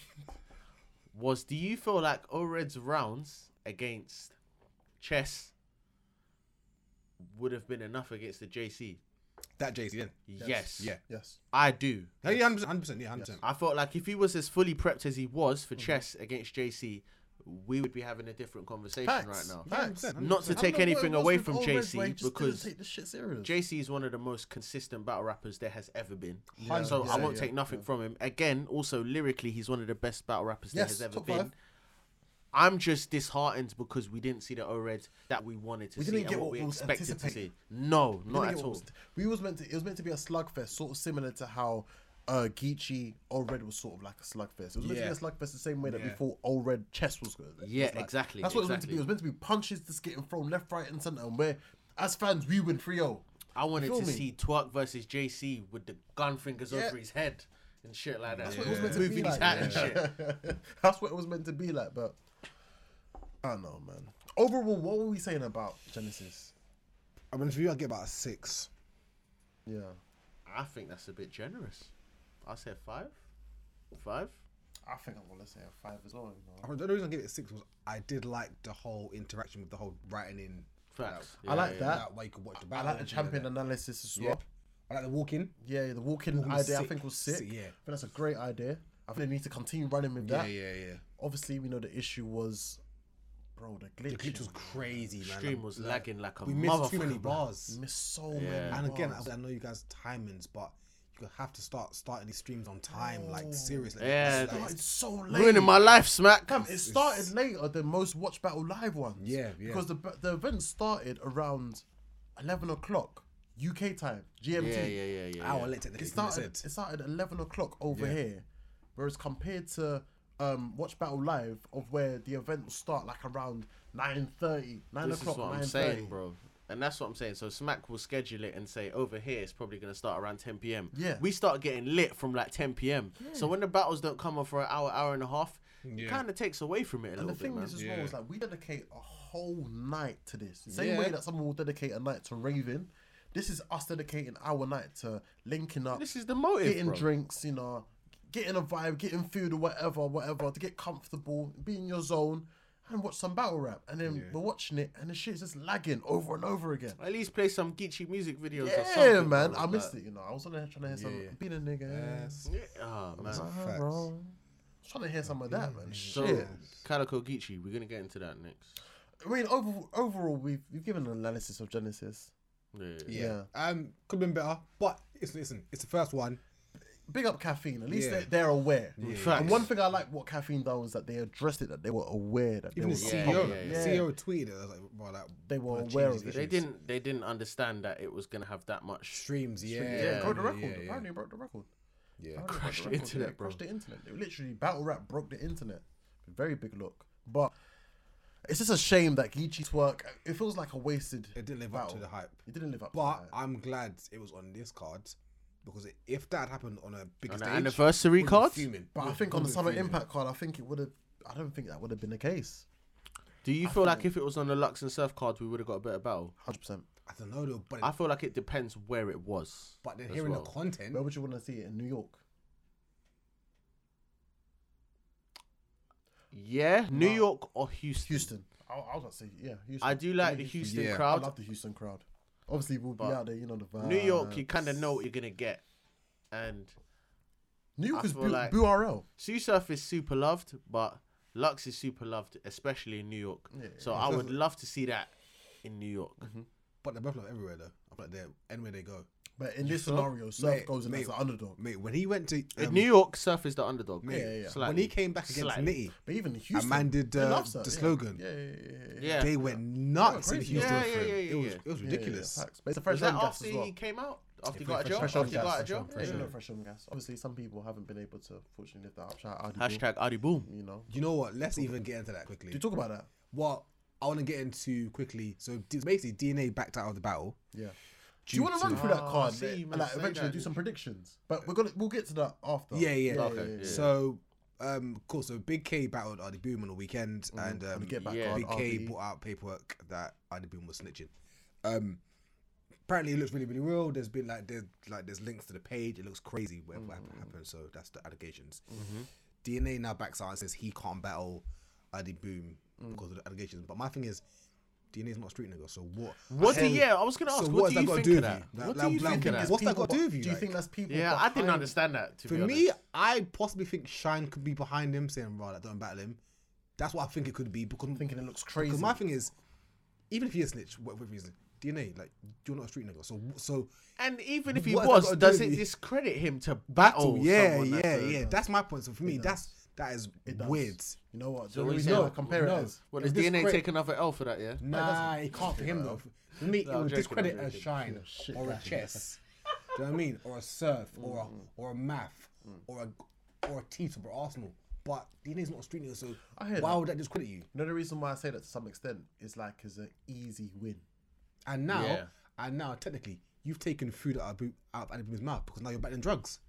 was, do you feel like Ored's rounds against Chess would have been enough against the JC? That JC then. Yes. Yeah. Yes. I do. Yeah, yeah, 100%, 100%, yeah, 100%. I felt like if he was as fully prepped as he was Mm-hmm. for chess against JC, we would be having a different conversation right Facts. now. Facts. 100%. Not to I don't take know what it anything was away with from Old Reds, where he JC just didn't because take this shit serious. JC is one of the most consistent battle rappers there has ever been. Yeah, so I yeah, won't yeah, take nothing from him. Again, also lyrically, he's one of the best battle rappers there Yes, has ever top been. five. I'm just disheartened because we didn't see the O-Red that we wanted to We see didn't and get what, what we was expected to see. anticipated. No, Didn't not get at what all. was- we was meant to. It was meant to be a slugfest, sort of similar to how. Uh, Geechee Old Red was sort of like a slugfest. It was meant Yeah. to be a slugfest the same way that we Yeah. thought Old Red chess was good. Yeah, It's like- exactly, That's what it was meant to be. exactly. It was meant to be punches just getting thrown left, right, and center. And where, as fans, we win oh. 3 0. I wanted feel to me? see Twerk versus JC with the gun fingers Yeah. over his head and shit like that. That's what it was meant to Moving be his like. hat and shit. That's what it was meant to be like, but I don't know, man. Overall, what were we saying about Genesis? I mean, for you, I'd get about a six. Yeah. I think that's a bit generous. I said five, five. I think I'm gonna say a five as well. You know? I mean, the only reason I gave it a six was I did like the whole interaction with the whole writing in. Facts. I like that. That way you could watch the I battle. like the you know, champion analysis as Yeah. well. I like the walk in. Yeah, the walking Walking was idea I sick. think was sick. Sick, yeah. I think that's a great idea. I think they need to continue running with that. yeah, yeah. Obviously, we know the issue was, bro, the glitch. The glitch was crazy, man. Stream Like, was lagging like a we missed too motherfucker, many bro. bars. missed so many. And again, bars. I, I know you guys timings, but you could have to start starting these streams on time. Oh. Like seriously. Yeah. Like, Started so late. Ruining my life, smack. Fam, it started later than most Watch Battle Live ones. Yeah, yeah. Because the the event started around eleven o'clock UK time, GMT. Yeah, yeah, yeah, yeah. hour yeah. late technically. It It started, started it started at eleven o'clock over Yeah. here, whereas compared to um, Watch Battle Live, of where the event will start like around 9.30, 9 This is o'clock, what I'm 9:30. saying, bro. And that's what I'm saying. So Smack will schedule it and say over here it's probably gonna start around 10 p.m. Yeah. We start getting lit from like 10 p.m. So when the battles don't come on for an hour, hour and a half, it Yeah. kind of takes away from it a And little the thing bit, man. is, as well, is Yeah. like we dedicate a whole night to this. The same Yeah. way that someone will dedicate a night to raving, this is us dedicating our night to linking up. This is the motive, getting bro. drinks, you know, getting a vibe, getting food or whatever, whatever, to get comfortable, be in your zone, and watch some battle rap. And then we're watching it, and the shit's just lagging over and over again. At least play some Geechee music videos or something. Yeah, man, bro. I missed Like- it. You know, I was on there trying to hear some yeah. being a nigga. Yes. Yeah. Oh, man. Ah, Facts. bro. I was trying to hear some of that, man. So, Shit. Calico Geechee, we're gonna get into that next. I mean, overall, overall, we've we've given an analysis of Genesis. Yeah. Yeah. Um, could have been better, but it's, listen, it's the first one. big up caffeine. At least Yeah. they're, they're aware. Facts. And one thing I like what caffeine done was that they addressed it. That they were aware that they Even were the E Yeah, CEO, yeah, the yeah. CEO tweeted it. I was like, bro, that They were that aware changes of the it. They issues. didn't. They didn't understand that it was gonna have that much. streams. Yeah, Yeah, yeah, broke the record. yeah, yeah. Apparently, it broke the record. Yeah. Apparently it Crashed broke record. Yeah, the internet, it bro. Crashed the internet. It literally, battle rap broke the internet. Very big look, but it's just a shame that Geechee's work. It feels like a wasted. It didn't live up to battle. the hype. It didn't live up. But to I'm glad it was on this card because if that happened on a big On an stage, anniversary would've been card? fuming. but I Would've think on the been Summer fuming. Impact card, I think it would have. I don't think that would have been the case. Do you feel like if it was on the Lux and Surf card, we would have got a better battle? Hundred percent. I don't know though, but I feel like it depends where it was. but then as hearing well. the content, Where would you want to see it in New York? Yeah, New York or Houston. Houston. I, I was about to say yeah. Houston. I do like the Houston. Houston Yeah. I crowd. love the Houston crowd. Obviously, we'll be But out there. You know the vibe. New York, you kind of know what you're gonna get, and New York I is feel Bu- like- BRL. Sue Surf is super loved, but Lux is super loved, especially in New York. So I would love to see that in New York. Mm-hmm. but they're both not everywhere though. I'm like they're anywhere they go. But in this scenario, Surf Mate, goes in mate. as an underdog. Mate, when he went to In um, New York, Surf is the underdog. mate, yeah, yeah. when Slightly. he came back against Slightly. Nitty, But even in Houston, man did, they uh, love Surf, the yeah. slogan. Yeah, yeah, yeah, yeah. Yeah. they went nuts. Yeah, in crazy. Houston Yeah, for yeah, him. yeah, yeah, It was yeah. it was ridiculous. Yeah, yeah, facts. But it's a Was fresh on that gas after as well. he came out? After fresh- he got a jail? Fresh After on he gas, got a fresh jail? on, fresh Yeah. on, fresh on gas. Obviously, some people haven't been able to, fortunately, lift that up. Shout out, Adi Boo, Hashtag Adi Boom. You know, You know what? Let's even get into that do you quickly. talk about that? Well, I want to get into quickly. So d- basically, DNA backed out of the battle. Yeah. Do you want to run through that Ah, card see, and, man, like, say eventually that, do did some predictions? But we're gonna we'll get to that after. Yeah, yeah. Okay, yeah. So, um, cool. So Big K battled Ardy Boom on the weekend, Mm-hmm. and um, the get back Yeah. card. Big K RB. brought out paperwork that Ardy Boom was snitching. Um, apparently it looks really, really real. There's been like there's like there's links to the page. It looks crazy. Whatever happened, Mm-hmm. happened. So that's the allegations. DNA now backs out and says he can't battle Ardy Boom Mm. because of the allegations. But my thing is, DNA's not a street nigga. So what? What do Hell- yeah, I was gonna ask, So what, what has do that you got to think do of with that? you? What Like, do you like, think of like, that? What's that People got to do be- with you, Do you like? think that's people? Yeah, I behind- didn't understand that to For be me, honest. I possibly think Shine could be behind him saying, "Right, like, don't battle him." That's what I think it could be because Thinking it looks crazy. Because my thing is, even if he is snitch, whatever reason, DNA like you're not a street nigga. So so And even if he What has that was, got to do does with it you? discredit him to battle, battle? yeah, someone yeah, that's a- yeah. That's my point. So for me, that's that is does. weird. You know what? So what we you know. saying? Compare No. it. As, Well, does Is this DNA great? take another L for that? Yeah. Nah, it can't for him though. For me, No, it I'm would joking, I'm discredit a joking. shine shit, or a that's- chess. Do you know what I mean? Or a surf or a or a math or a or a team for Arsenal. But DNA's not a street nigga, so I hear why that. would that discredit you? You know the reason why I say that to some extent is like it's an easy win. And now, Yeah. and now, technically, you've taken food out of Abu- out of Abu's mouth because now you're battling drugs.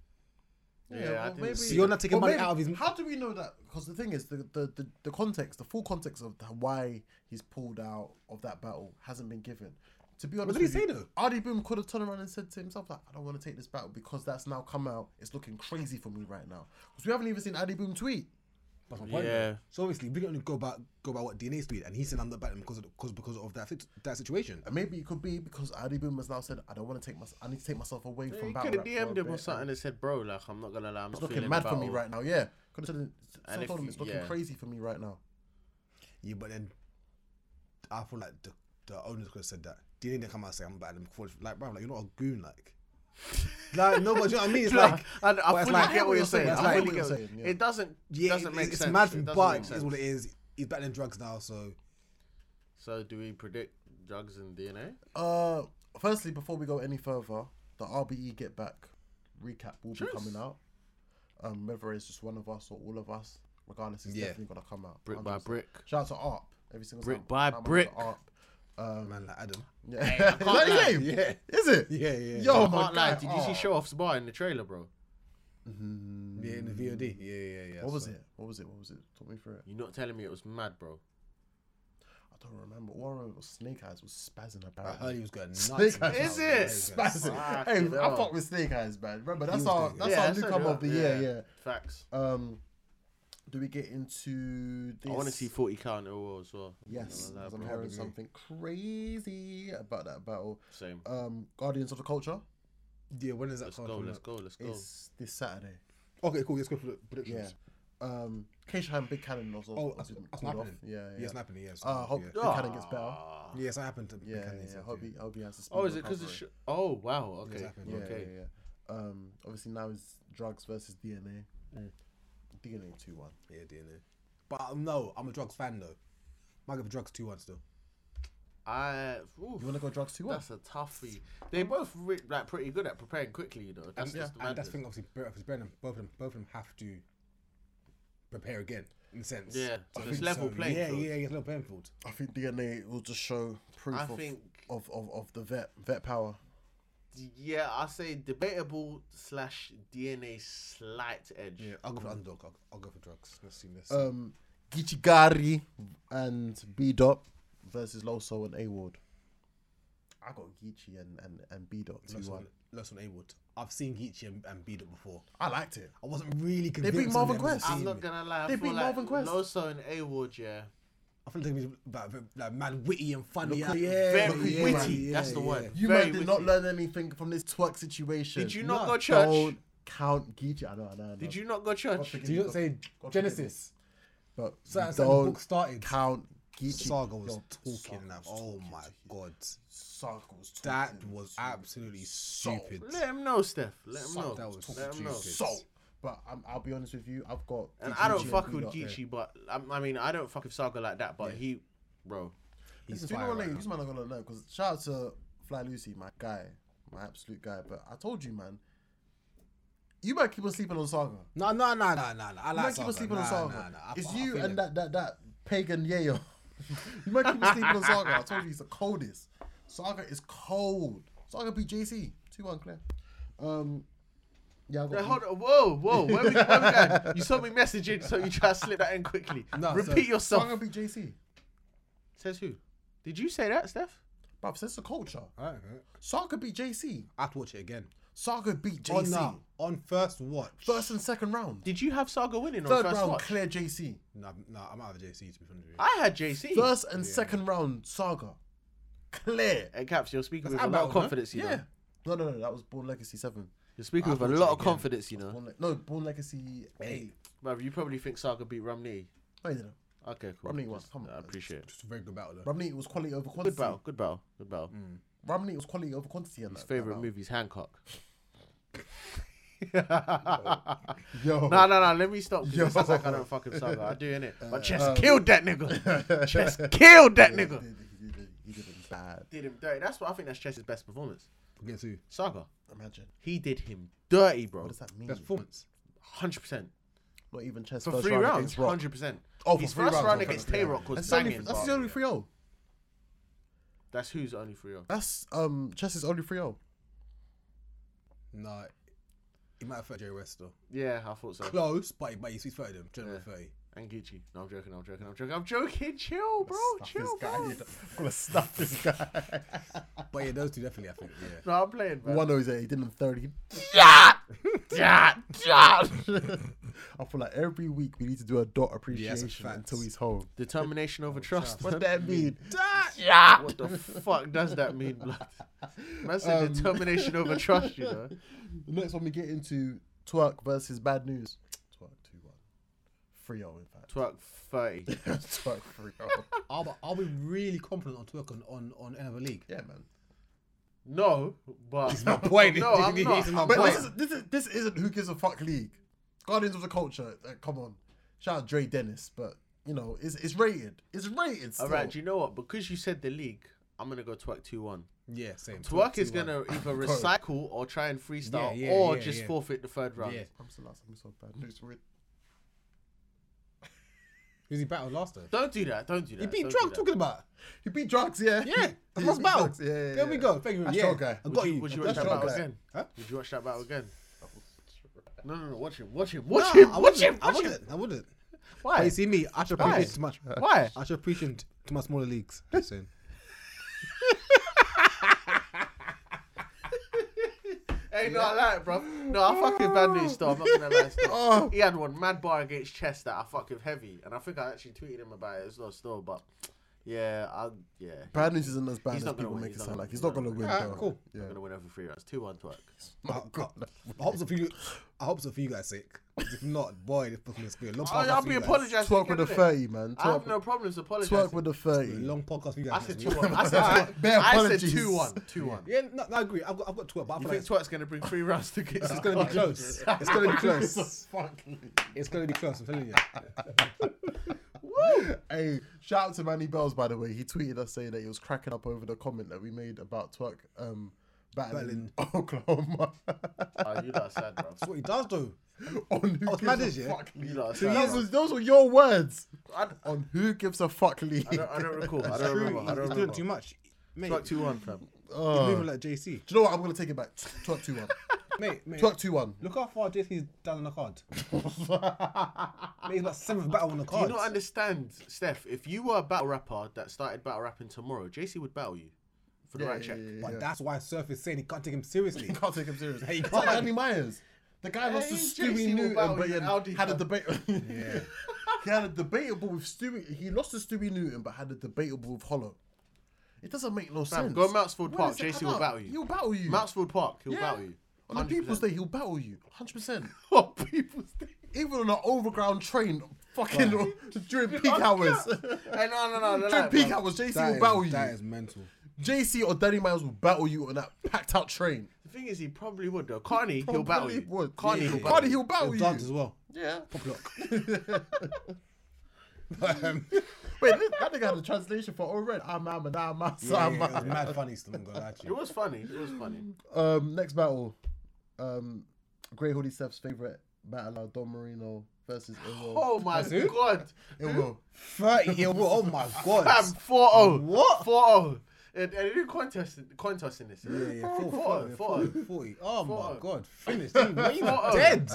Yeah, I didn't see So you're not taking Well, money maybe- out of his. How do we know that? Because the thing is, the, the, the, the context, the full context of the- why he's pulled out of that battle hasn't been given. To be honest, did he with say you, though? Ardy Boom could have turned around and said to himself, "Like, I don't want to take this battle because that's now come out. It's looking crazy for me right now because we haven't even seen Ardy Boom tweet." That's my point. Yeah. So obviously, we can only go about go about what DNA's doing, and he said I'm not battling because of because because of that sit- that situation. And maybe it could be because Ardy Boom has now said, "I don't want to take my, I need to take myself away Yeah, from He battle." could rap have for a DM'd him or bit." something and said, "Bro, like I'm not gonna lie, I'm It's not looking feeling mad battle. for me right now. Yeah, could have said, someone if told him you- it's looking yeah. crazy for me right now. Yeah, but then I feel like the the owners could have said that. DNA didn't come out and say I'm battling before. Like, bro, like you're not a goon, like. like no, but you know what I mean. It's Nah, like I, I but it's fully like- get what you're saying. it's I like- fully get what saying, yeah. It doesn't. yeah, doesn't make it's, sense. It's mad, It doesn't but make it's sense. what it is. He's battling drugs now, so So do we predict drugs and DNA? Uh, firstly, before we go any further, the RBE Get Back recap will be coming out. Um, whether it's just one of us or all of us, regardless, it's Yeah. definitely gonna come out. Brick by 100%. brick. Shout out to ARP every single Brick time. by Shout out to brick. ARP. Um, man, like Adam. yeah. I can't Is that lie. his name? Yeah. Is it? Yeah, yeah, Yo, yeah. my Can't lie, guy, Oh Did you see ARP. Show Off's bar in the trailer, bro? Yeah, in the VOD. Yeah, yeah, yeah. What was so- it? What was it? What was it? Talk me through it. You're not telling me it was mad, bro. I don't remember. All I remember was Snake Eyes was spazzing Uh, I heard apparently. he was going nuts. Snake man. Eyes. Is Yeah, he it? was going- Spazzing. Fuck Hey, it I up. fucked with Snake Eyes, man. Remember that's was our doing it. that's Yeah, our that's new how come you of the are. year. Yeah. Yeah. Facts. Um, do we get into this? I want to see 40 count in a row as well. Yes, I don't because know, I'm bro. hearing something crazy about that battle. Same. Um, Guardians of the Culture Oh. Yeah, when is that Let's card go. coming Let's out? go. Let's go. is this Saturday. Okay, cool. Let's go for the Yeah. predictions. Um, Keisha and Big Cannon also. Oh, also that's, been that's called not off. happening. Yeah, yeah. yeah, it's not happening. Yeah, it's Uh, not hope happening, Big Cannon gets better. Ah. yeah. yeah, it's not happened. To Yeah, yeah. Buchanan, yeah. so, Hope he, hope he has a speed Oh, is it because recovery. the sh- Oh, wow. Okay. it's happened, Yeah, okay. yeah, yeah. um, obviously now is drugs versus DNA. Mm. DNA two one. Yeah, DNA. But um, no, I'm a drugs fan though. Might give drugs two once though. I. oof, You want to go drugs two one? that's a toughie. They both re- like pretty good at preparing quickly, you know. That's And, just the and that's madness. the thing, obviously, both of them, both of them, both of them have to prepare again in a sense. Yeah, I so it's think level playing Yeah, field. yeah, yeah, it's level playing field. I think DNA will just show proof I of, think- of, of of the vet vet power. Yeah, I say debatable slash DNA slight edge. Yeah, I'll go for the underdog. I'll, I'll go for drugs. Let's see this. Um, Gichigari and B Dot versus Loso and A Ward. I got Gichi and and and B Dot two Lost one. on, Lost on A Ward. I've seen Geechee and, and beat it before. I liked it. I wasn't really convinced. beat on Marvin them, but Quest. I've I'm seen not it. gonna lie. I They feel beat like Marvin Quest. Loso and A Ward, yeah. I feel like it's like, like man witty and funny. Look at- yeah, Very look at- yeah, witty. yeah, That's the yeah. word. You Very man did witty. not learn anything from this twerk situation. Did you not No. go church? Don't count Geechee. I know, I know, I know. Did you not go church? Do you not say forgive Genesis? But So- so the don't book started. count Geechee. Saga was Yo, talking Saga and that. was Oh talking my to you. god, Saga was talking. that to was you. absolutely stupid. Let him know, Steph. Let him Suck, know. that was Let him know. stupid. so. But um, I'll be honest with you. I've got. And Geechee I don't and fuck B with Dot there. Geechee, but I, I mean, I don't fuck with Saga like that. But he, bro, He's Do you know fire what, right like, now. this man not gonna learn because shout out to Fly Lucy, my guy, my absolute guy. But I told you, man, you might keep on sleeping on Saga. No, no, no, no, no, no. I You might like keep on Saga. sleeping on Nah, Saga. nah, nah. I- it's I you feel and it. that that that pagan yayo. you might keep on sleeping on Saga. I told you he's the coldest. Saga is cold. Saga beat JC two one clear. Um, yeah, I got Now, hold on. Whoa, whoa. Where we, where we going? You saw me messaging, so you try to slip that in quickly. No, Repeat so- yourself. Saga beat JC. Says who? Did you say that, Steph? But that's the culture. Alright, alright. Saga beat JC. I have to watch it again. Saga beat On, JC. Oh, nah, on first watch. First and second round. Did you have Saga winning Third on first round, watch? clear JC. Nah, nah, I'm out of JC to be honest with you. I had JC. First and second round saga. Clear. Hey, Caps, you're speaking with our a lot battle, of huh? confidence, you know. Yeah. No, no, no. That was Born Legacy 7. You're speaking with a lot of confidence, you know. Born Le- no, Born Legacy 8. Bruv, you probably think Saga beat Romney. No, you didn't. Okay, cool. Romney won. Just- Come on, I man. appreciate it. It's a very good battle though. Romney was quality over Good quantity. bow, good bow, good bow. Mm. Romney was quality over quantity. And His favorite movie's Hancock. Yo. No, no, no. Let me stop. 'cause Yo. Uh, It sounds like I don't fucking Saga. I do innit. But Chess killed that nigga. Chess killed that He did, nigga. he did, he did it bad. Did him dirty. That's what I think. That's Chess's best performance. Against who? Saga. Imagine. He did him dirty, bro. What does that mean? Best performance. Hundred percent Not even chess for first three round rounds. against Rock. Hundred percent. Oh, for his three first rounds, round okay, against okay. Tay Rock was That's, the only, banging. that's his bro. only 3 0. That's who's only three. rounds. That's um chess's only 3 0. Nah, he might have fought Jerry West though. Yeah, I thought so. Close, but he, but he sweet thirty him. General thirty. And Gucci. No, I'm joking. I'm joking. I'm joking. I'm joking. Chill, bro. Chill, guy. bro. I'm going to snuff this guy. But yeah, those two definitely. I think. Yeah. No, I'm playing, bro. One is eight, didn't thirty. I feel like every week we need to do a dot appreciation fact. until he's home. Determination over trust. What that mean? What the fuck does that mean, blood? Man said determination over trust, you know. The next one we get into twerk versus bad news. Twerk two one, three zero in fact. Twerk 30. twerk three oh. zero. Are we, are we really confident on twerk on on on another league? Yeah, man. No, but. my point. No, I'm This not. is my But point. this, is, this is this isn't who gives a fuck league. Guardians of the Culture. uh, come on, shout out Dre Dennis, but you know it's it's rated. It's rated. Still. All right, do you know what? Because you said the league, I'm going to go twerk 2 1. Yeah, same. Twerk is 21. going to either recycle or try and freestyle Yeah, yeah, or yeah, just yeah. forfeit the third round. Yeah. I'm so last. I'm so bad news. We're- Who's he battled last though? Don't do that. Don't do that. He beat don't drunk. do Talking about. He beat drugs, yeah. Yeah, He I must beat battle. drugs, Yeah, yeah, there we yeah. go. Thank you. That's yeah, your guy. I that. got Would you. you, would you watch That's that your battle guy. again? Huh? Would you watch that battle again? No, no, no. Watch him. Watch him. Nah, Watch him. I Watch him. wouldn't, I Watch him. wouldn't. I wouldn't. But Why? you see me, I should Why? preach it to much. Why? I should preach it to my smaller leagues. Just saying. Hey, no, I like it, bro. No, I fuck with bad news, though. I'm not gonna lie. Still. Oh. He had one mad bar against chess that I fuck with heavy, and I think I actually tweeted him about it as well, still. But Yeah, I'll, yeah. Bad news isn't as bad He's as not gonna people win, make he's it not sound gonna like. He's win, not gonna he's win not though. gonna win. Alright, Ah, cool. Yeah. I'm gonna win every three rounds. Two one twerk. Oh God! I hope so for you. I hope so for you guys' sake. 'Cause If not, boy, this podcast has been a long I, podcast. Oh, I'll for be you guys. apologising. Twerk with a innit? thirty, man. I have Twerk, no problems twerk apologising. with a A thirty. long podcast for you guys. I said two man. one. I said two, Bare I said apologies. two one. Two one. Yeah, no, no, I agree. I've got, I've got twelve. But I You feel think like twerk's gonna bring three rounds to get? it's gonna be close. It's gonna be close. Fuck. It's gonna be close. I'm telling you. Hey, shout out to Manny Bells by the way. He tweeted us saying that he was cracking up over the comment that we made about twerk um battling Oklahoma Oh, you lot are sad, bro. That's what he does though. on who Oh, gives it's mad, is a it? fuck. You lot are That sad. was- bro. Those, were your words I, I on who gives a fuck league. don't, I don't recall. I don't remember. I He's don't doing remember. too much, mate. Twerk two one, fam. He's moving like JC, Do you know what? I'm gonna take it back. Twerk two one. mate. mate Twerk two one. Look how far JC's down on the card. mate, he's like seventh battle on the Do you card. not understand, Steph? If you were a battle rapper that started battle rapping tomorrow, JC would battle you for the right check. But that's why Surf is saying he can't take him seriously. can't take him seriously. Hey, it's come like on. Danny Myers. The guy lost to Hey, Stewie JC will Newton, battle but you he in Aldi, had a fam. debate. he had a debatable with Stewie. He lost to Stewie Newton, but had a debatable with Hollow. It doesn't make no Fam, sense. go Mountford What Park. is it JC will about? battle you. He'll battle you. Mountford Park. He'll Yeah. battle you. on the People's 100%. Day, he'll battle you. 100. percent What people's day? Even on an overground train, fucking during peak hours. Hey, no, no, no, no. during no, peak bro. hours, JC That will is- battle you. That is mental. JC or Danny Miles will battle you on that packed out train. The thing is, he probably would though. Carney, he'll battle Probably you. would. Carney, Yeah. he'll Cardi, battle you. he'll battle He'll you. dance as well. Yeah. Pop lock. um, Wait, this- that nigga had a translation for all red. I'm I'm and I'm I'm. Yeah, I'm, yeah, it was I'm. mad funny still, I'm gonna lie to It you. was funny. It was funny. Um, next battle, um, Grey Hoodie Steph's favorite battler Don Marino versus Ilwo. Oh my who? god. Ilwo. 30 year old, oh my Fam, god. 4 0. What? 4 0. oh. And, and they did contest, contest in this. Yeah, yeah, 40, 40, 4 0. 40. Oh Four. my god, finished. He he Four. dead.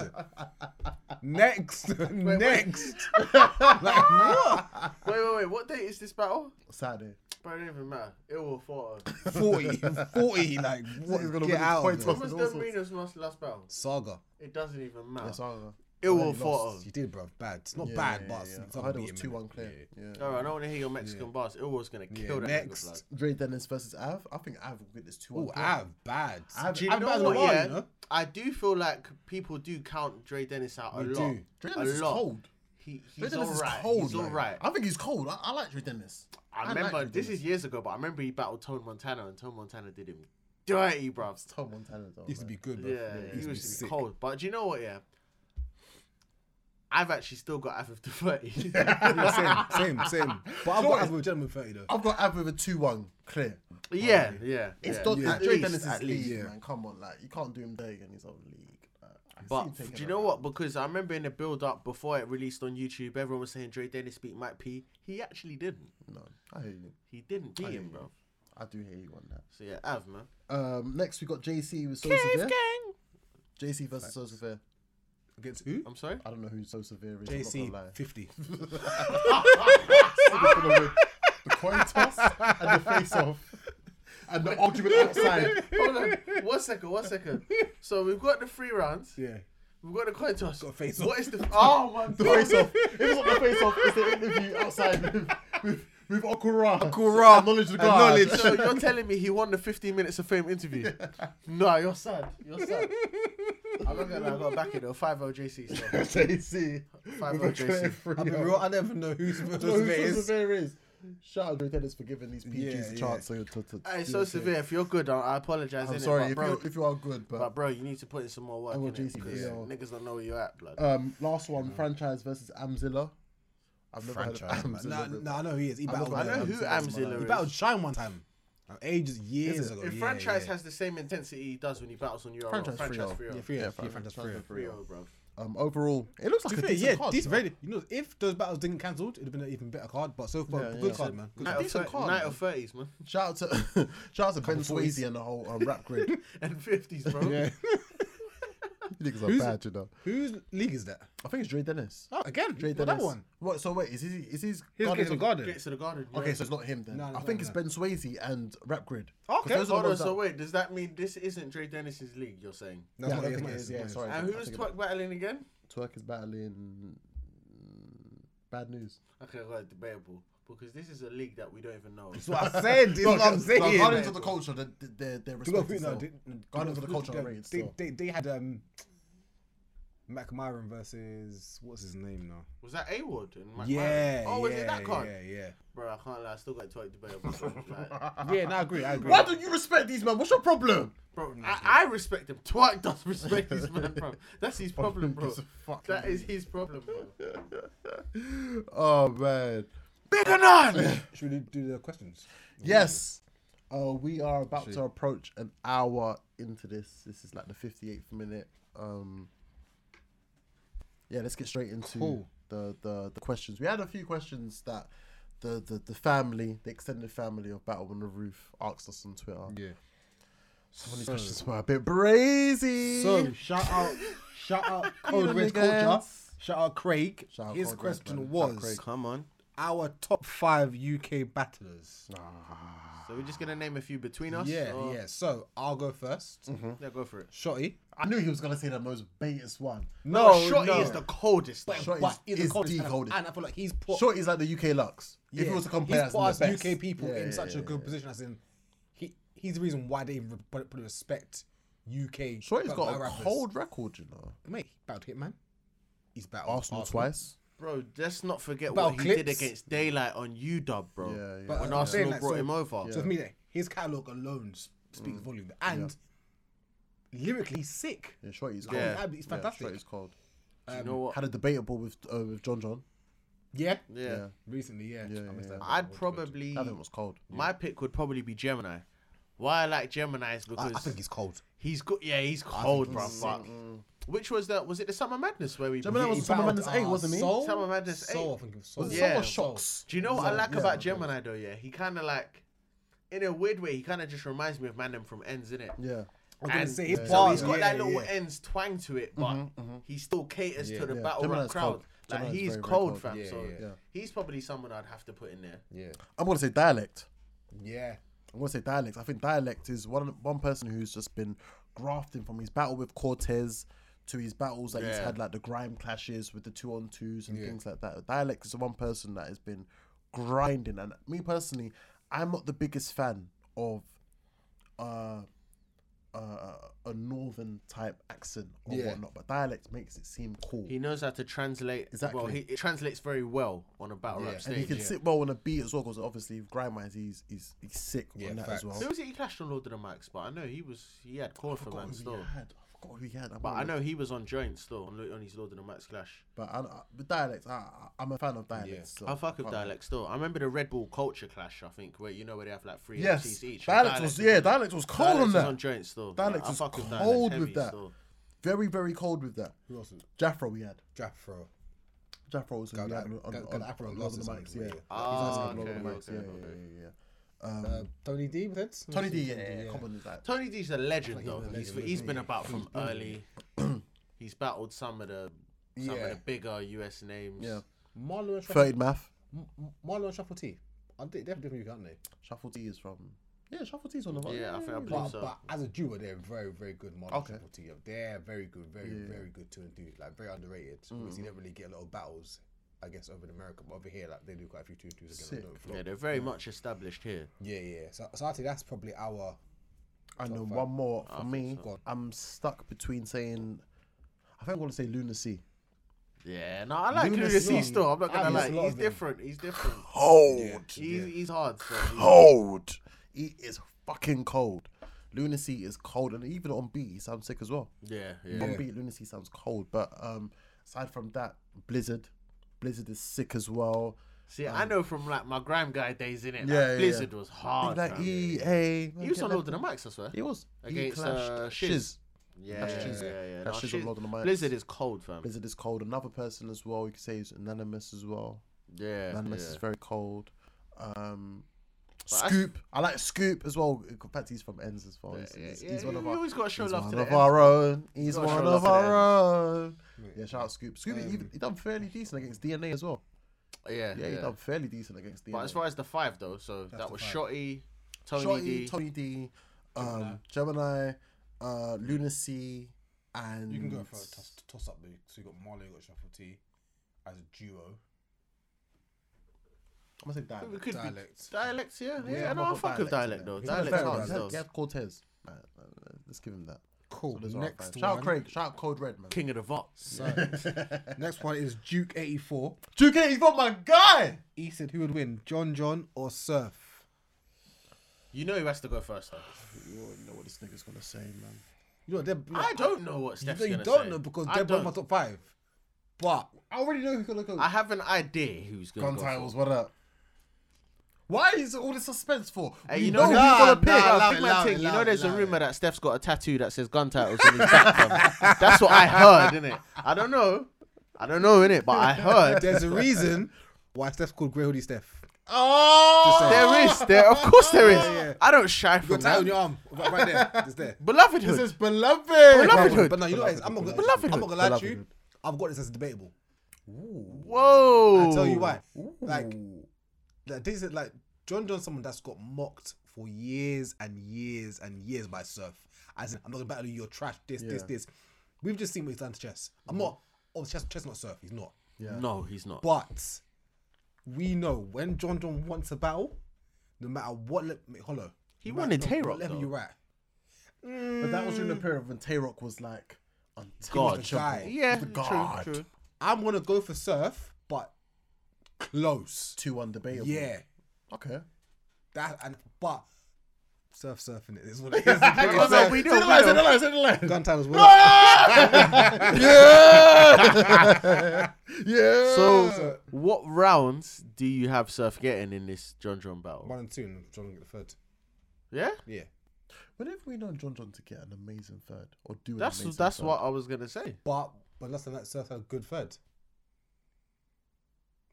Next, next. like, what? Wait, wait, wait. What date is this battle? Saturday. Bro, it don't even matter. It will oh. 4 0. 40, 40, like, what? He's gonna win Get the out. point of toss. it. When was all Don sorts. Marino's last, last battle? Saga. It doesn't even matter. That's all. it will oh. You 4 lost. 0. You did, bro. Bad. It's not Yeah, bad, yeah, but yeah, it's- it's I not heard it beat was him, two one innit? clear. Yeah. Alright, I don't want to hear your Mexican bars. It was going to Yeah. kill that. nigga, next. blood. Dre Dennis versus Av. I think Av will get this two. Oh, Av, bad. Av- Do you Av know bad in a what, while, yeah? you know? I do feel like people do count Dre Dennis out a We lot. do. Dre a Dennis is lot. cold. He, Dre he's Dennis is alright. cold. He's like, alright. I think he's cold. I, I like Dre Dennis. I like Dre remember this Dennis. is years ago, but I remember he battled Tone Montana, and Tone Montana did him dirty, bruv. Tom Montana though. Used to man. be good, bro. Yeah, Used he to be was to be sick. cold. But do you know what? Yeah, I've actually still got F of the thirty. Yeah, same, same, same. But I've know got what? Av with gentleman 30, though. I've got Av with a two one clear. yeah, yeah. It's yeah. Don. At Dre least, Dennis is at league, least. man. Come on, like you can't do him dirty in his own league. Like, I see him But taking do you a know round. what? Because I remember in the build up before it released on YouTube, everyone was saying Dre Dennis beat Mike P. He actually didn't. No, I hear you. He didn't beat hear him, you. bro. I do hear you on that. So yeah, Av man. Um, next we got JC with So Severe. JC versus So Severe. Against who? I'm sorry. I don't know who So Severe is. I'm JC not gonna lie. 50. Still gonna win the coin toss and the face off and the argument outside. Hold on. One second. One second. So we've got the three rounds. Yeah. We've got the coin toss. Got a face What off. is the? Oh my The god. face off. If it's not the face off, it's the interview outside with with, with Okura. Okura. Acknowledge the guard. Acknowledge. So you're telling me he won the 15 minutes of fame interview? no, you're sad. You're sad. I'm not gonna. I got back it though. Five OJC. So. JC. Five with a on JC. clear free I'll be up. real, I never know who's I don't know supposed who So is. Severe is. Shout out to Dennis for giving these PGs Yeah, a yeah. chance. To, to, to Hey, do so this shit. severe. If you're good, I I apologize. I'm innit? sorry but if, bro, you, if you are good, but but bro, you need to put in some more work. I'm a innit? JC, 'Cause yeah. Niggas don't know where you're at, blood. Um, last one, franchise versus Amzilla. I've never Uh-huh. Franchise. heard of Amzilla. No, before. no, I know who he is. He I've never battled, heard I know of who in my Amzilla life. he is. battled Shine one time. Like, Ages, years Is it? ago. If yeah, franchise yeah. has the same intensity he does when he battles on Euro, Franchise oh. franchise, oh. free free. Yeah, Yeah, free, yeah, franchise, franchise franchise free. free. free, bro. Um, overall, it looks like To a be fair, decent yeah, card. these though. very you know if those battles didn't cancel, it'd have been an even better card. But so far, Yeah, good yeah. card, man. Good Night card. of, decent 30, card, night man. of 30s, man. Shout out to shout out to Ben boys. Swayze and the whole um, rap grid. you And 50s, bro. Yeah. niggas are Who's- bad, you know. Whose league is that? I think it's Dre Dennis. Oh, again, Dre well, Dennis. that one. What? So wait, is he is his His Guardians Gates of of- Garden. Gates to the garden. yeah. Okay, so it's not him then. No, no, I think no, it's no. Ben Swayze and Rap Grid. 'Cause Okay, those are the Hold on, ones so that- wait, does that mean this isn't Dre Dennis's league, you're saying? No, Yeah, it's I not- think it's not- it it's is, yeah, not- sorry. And I who think is it- Twerk battling again? Twerk is battling. mm, Bad news. Okay, well, debatable. because this is a league that we don't even know. That's what I said. That's what I'm saying. Like, Guardians man. of the Culture, they're, they're, they're Do you respected. think- no, still. did- did- Guardians of the did- Culture are they, rated. they, still. they, they had um, Mac Myron versus what's his name now? Was that A Ward? Yeah. Oh, was yeah, it that card? Yeah, yeah. Bro, I can't lie. I still got to debate about like, Yeah, no, I agree. I agree. Why don't you respect these men? What's your problem? Bro, I, I respect him. Twerk does respect this man, bro. That's his problem, bro. Gives a fuck. That is his problem, bro. Oh man. Bigger none! Should we do the questions? Yes. Uh, we are about to approach an hour into this. This is like the 58th minute. Um, yeah, let's get straight into Cool. the, the, the questions. We had a few questions that the, the, the family, the extended family of Battle on the Roof, asked us on Twitter. Yeah. Some of these questions were a bit brazy. So shout out, shout out Code Red Culture. Hooligans. Shout out Craig. Shout out His Code Red, question man. Shout out was Craig. Come on. our top five UK battlers. So we're just going to name a few between us? Yeah, or- yeah. So I'll go 1st Yeah, go for it. Shotty. I knew he was gonna say the most baitest one. No, Shotty no. is the coldest. though. Shotty But is- he's the is coldest, the and I- coldest. And I feel like he's put Shorty's like the UK Lux. If yeah, he was to compare, he's as put in the us best. UK people Yeah, in yeah, such yeah, a good position. As in, he he's the reason why they even re- put, put respect UK. Shorty's got but- but a rappers. cold record, you know. mate. he Battled Hitman. He's battled Arsenal twice. Bro, let's not forget About what he did clips. against Daylight on UW, bro. Yeah, yeah. But When I'm saying Arsenal that, brought so- him over. So for me, that his catalog alone s- Mm. speaks volume. And lyrically, he's sick. Yeah, Shorty's cold. Yeah. Yeah, he's fantastic. Shorty's cold. um, Do you know what? Had a debatable with uh, with John John. yeah. Yeah. Yeah. Recently, yeah. Yeah, I missed yeah. that. I'd probably. That thing was cold. My pick would probably be Gemini. Why I like Gemini is because I think he's cold. he's good. Yeah, he's cold, bro. Fuck. Which was the was it the Summer Madness where we? Gemini beat- was- Summer battled, Madness 8, wasn't he? Soul? Summer Madness Soul, 8. I think it was Soul. Was it Yeah. Soul or Soul. Shocks? Do you know what I Yeah, like yeah, about okay. Gemini though? Yeah, he kind of like, in a weird way, he kind of just reminds me of Mandem from Ends, innit? Yeah. I was gonna And say his so bars, he's got yeah, that little yeah. ends twang to it, but he still caters to the Yeah. battle rap Gemini's crowd. cold. Like Gemini's he's very, very cold, cold. fam. Yeah, so yeah. Yeah. he's probably someone I'd have to put in there. Yeah. I'm gonna say dialect. Yeah. I'm gonna say dialect. I think dialect is one one person who's just been grafting from his battle with Cortez to his battles that he's Yeah. had like the grime clashes with the two on twos and things like that. Dialect is the one person that has been grinding. And me personally, I'm not the biggest fan of uh uh, a northern type accent or Yeah. whatnot, but dialect makes it seem cool. He knows how to translate. Well, Exactly. he it translates very well on a battle rap and he stage. can sit well on a beat as well, because obviously grime wise, he's he's he's sick Yeah, on that facts. as well. Who was it he clashed on Lord of the Mics? But I know he was he had called for man Who still. he had? I forgot who he had. But I know he was on joint still on, Lo- on his Lord of the Mics clash. But I, I- with dialects, I, I- I'm a fan of dialects. so I fuck with can't- dialect still. I remember the Red Bull culture clash. I think where you know where they have like three Yes, MCs each. dialects was yeah, dialects was cold on Dialects was that. on joint still. Dialects I was fuck with Dialects cold heavy with that. still. Very very cold with that. Who else? was- Jaffro we had. Jafro. Jaffro was who Got we that- had on, on, got- got on, that Afro on glasses Love on, and the Mics. yeah. Yeah, Uh, He's Ah, He's on Love okay, and the Mics, okay, yeah, okay. yeah, yeah, Uh, Tony D with it. yeah. Tony D, yeah, yeah, yeah. common is that. Tony D's a legend though. a He's, legend, he's isn't been he? about from Mm-hmm. early. he's battled some of the Yeah. some of the bigger US names. Yeah. Marlon and Shuffle. Thirty math. M- M- Marlon and Shuffle T. I think they're different, people, aren't they? Shuffle T is from. Yeah, Shuffle T is on the. Yeah, I think I believe But, so. but as a duo, they're very, very good. Marlon and Okay. Shuffle T. They're very good, very, very good two and two. Like very underrated. Mm. Because you don't really get a lot of battles, I guess, over in America. But over here, like they do quite a few two and twos again. Sick. Don't flop. Yeah, they're very much established here. Yeah, yeah. So, so I think that's probably our. And then one more for me. Go on. I'm stuck between saying, I think I'm gonna say lunacy. Yeah, no, I like Lunacy. Lunacy still. I'm not I gonna miss a lot lie. He's of him. different. He's different. Cold. He's, he's hard. So he's- cold. He is fucking cold. Lunacy is cold, and even on beat, he sounds sick as well. yeah, yeah. On beat, Lunacy sounds cold. But um, aside from that, Blizzard, Blizzard is sick as well. See, I know from like my grime guy days in it. Yeah, yeah, like, yeah. Blizzard was hard. like fam. EA. He was on Lord of the Mics, I swear. He was. he Against, clashed uh, Shiz. Shiz. Yeah, That's yeah, Shiz. yeah, yeah. That's No, Shiz on Lord of the Mics. Blizzard is cold, fam. Blizzard is cold. Another person as well. You could say is anonymous as well. Yeah, Anonymous yeah. is very cold. Um, But I- Scoop. I, like Scoop as well. In fact, he's from Ends as well. He's, Yeah, he's- yeah, he's one you- of you our. always gotta show he's love one to the of Ends. our own. He's gotta show one love of to the our own. Yeah, shout out Scoop. Scoop. Um, he, even- he done fairly decent against DNA as well. Yeah, Yeah, he done fairly decent against DNA. But as far as the five though, so that was Shotty, Tony Shotty, D. Tony D, um, Gemini, uh, Lunacy, and You can go for a toss, toss up. So you got Marlon, you got Shuffle T, as a duo. I'm gonna say dialect. It could Dialect. be dialects. Yeah, yeah. I'm gonna no, I put fuck with dialect in dialect though. He's not Dialect's fair, hard man. though. He has Cortez. Alright, alright, Let's give him that. Cool. Those are our Next fans. Shout out one. Craig. Shout out Code Red, man. King of the Vox. Next one is Duke eighty four. Duke, he's not my guy. He said, "Who would win, John John or Surf?" You know who has to go first though. You already know what this nigga's gonna say, man. You know, they're, I don't know what You, Steph's know, you gonna don't say. know because I they're both don't. my top five. But I already know who's gonna go. I have an idea who's gonna Gun go. titles, first. what up? Why is all this suspense for? Hey, We you know, who's nah, gonna pick. nah, allow big it, man allow thing, it, You allow know, it, there's a allow rumor that Steph's got a tattoo that says gun titles on his back. fam. That's what I heard, innit? I don't know. I don't know, innit? But I heard. there's a reason why Steph's called Grey Hoodie Steph. Oh, There is. There, of course, there is. yeah. I don't shy Your from title on your that. arm, right right there, it's there. Beloved, this is is beloved. belovedhood. But no, you know what? it is? I'm not gonna, Belovedhood. I'm not gonna lie to you. Belovedhood. I've got this as debatable. Whoa! I tell you why. Like, Ooh. like this is like John John's someone that's got mocked for years and years and years by Surf. As in, I'm not gonna battle you. You're trash. This, this, Yeah. this. We've just seen what he's done to Chess. I'm not. Oh, Chess, Chess, not Surf. He's not. Yeah. No, he's not. But we know when John John wants a battle, no matter what le- hollow, He no wanted matter what Tay-Rock, level though. you're at. But that was during the period when Tay Rock was like, untouchable. God. the guy. Yeah, The God. true, true. I'm gonna go for Surf, but close. Too undebatable. Yeah, Okay. that and but Surf surfing it is what it is. Gun no, we Say know, the we line, say know. the line, say the line. titles. will up. Yeah. yeah. So, what rounds do you have Surf getting in this John John battle? One and two, and John will get the third. Yeah, Yeah, when have we known John John to get an amazing third or do an that's amazing that's third? what I was gonna say. but but less than that, Surf had a good third.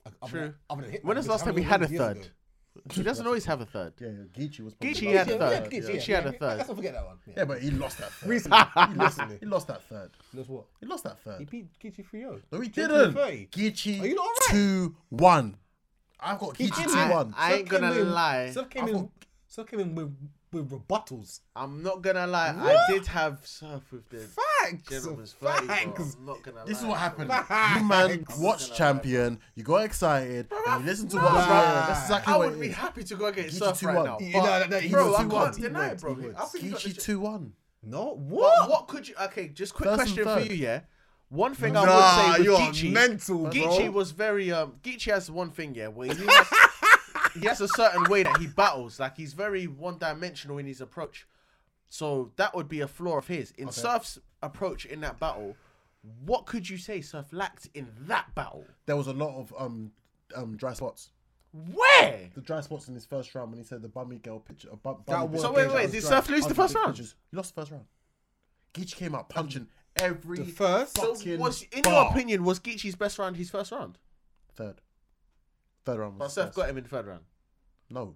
Like, other than- True. other than Hitman, When is which the last how time we many had a years ago? third? He doesn't always have a third. Yeah, yeah, Geechee was. probably Geechee the had a last Yeah, one. yeah, third. Geechee, Yeah, yeah, she had a yeah. third. Let's not forget that one. Yeah. Yeah, but he lost that third. Recently. he, lost, he lost that third. That's what? He lost that He third. beat Geechee 3 0. No, he Geechee didn't. 30. Are Geechee you not alright? two one. I've got He Geechee didn't. two one. I ain't gonna lie. Surf came I in. thought- Surf came in with, with rebuttals. I'm not gonna lie. I did have Surf with the Facts. gentleman's thirty. bro. Facts. I'm not gonna lie. This is what happened. Facts. You man watched Champion. You got excited. and you listened to what was going. That's exactly I what would it be is. happy to go against Geechee Surf right 2-1. now. Yeah, but- no, no, he bro, was I 2-1. can't deny it, bro. I think you got the Geechee ch- two one. No, What? what? What could you? Okay, just quick First and question third. for you. Yeah, one thing Nah, I would say you with are Geechee, mental, bro. Geechee was very um. Geechee has one thing. Yeah, where he has, he has a certain way that he battles. Like he's very one-dimensional in his approach. So that would be a flaw of his in Surf's approach in that battle. What could you say Surf lacked in that battle? There was a lot of um um dry spots. Where? The dry spots in his first round when he said the bummy girl picture. Uh, bu- That bummy was- bitch So wait, that wait, was did dry. Surf lose the Ugly first bitch round? pictures. He lost the first round. Geechee came out punching every The first? So, fucking was in your bar. opinion was Geechee's best round his first round? Third. Third round But was Surf Surf got him in the third round. No.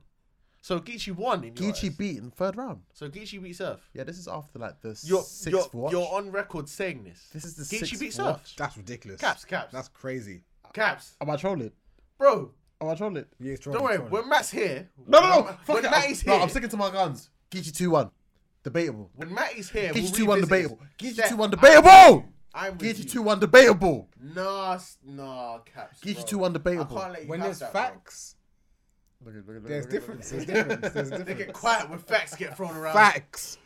So Geechee won in your eyes. Geechee beat in third round. So Geechee beat Surf. Yeah, this is after like the You're, 6th you're, watch. you're on record saying this. This is the Geechee sixth beat watch. Surf. That's ridiculous. Caps, caps. That's crazy. Caps. Am I trolling? Bro, Am I trolling? Yeah, it's don't worry. trolling. When Matt's here. No, no, no. When, Fuck when it. Matty's no, here. I'm sticking to my guns. Geechee 2 1. Debatable. When Matty's here. Geechee we'll 2 1 revisit debatable. this. Geechee 2 1 Steph, I'm with debatable! you. I'm with Geechee you. 2 1 debatable. Nah, s- nah, Caps. Geechee bro. 2 1 I debatable. can't let you When have there's that, bro. facts, Look at- look at- look there's at- look at- difference. There's difference. There's They get difference. quiet when facts get thrown around. Facts.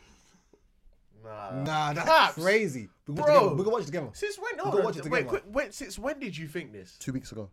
Nah. Nah, that's Caps. crazy. We can watch it Bro. together. We can watch it together. Since when? We'll Hold go on, watch it wait, together. quick, wait, since when did you think this? Two weeks ago.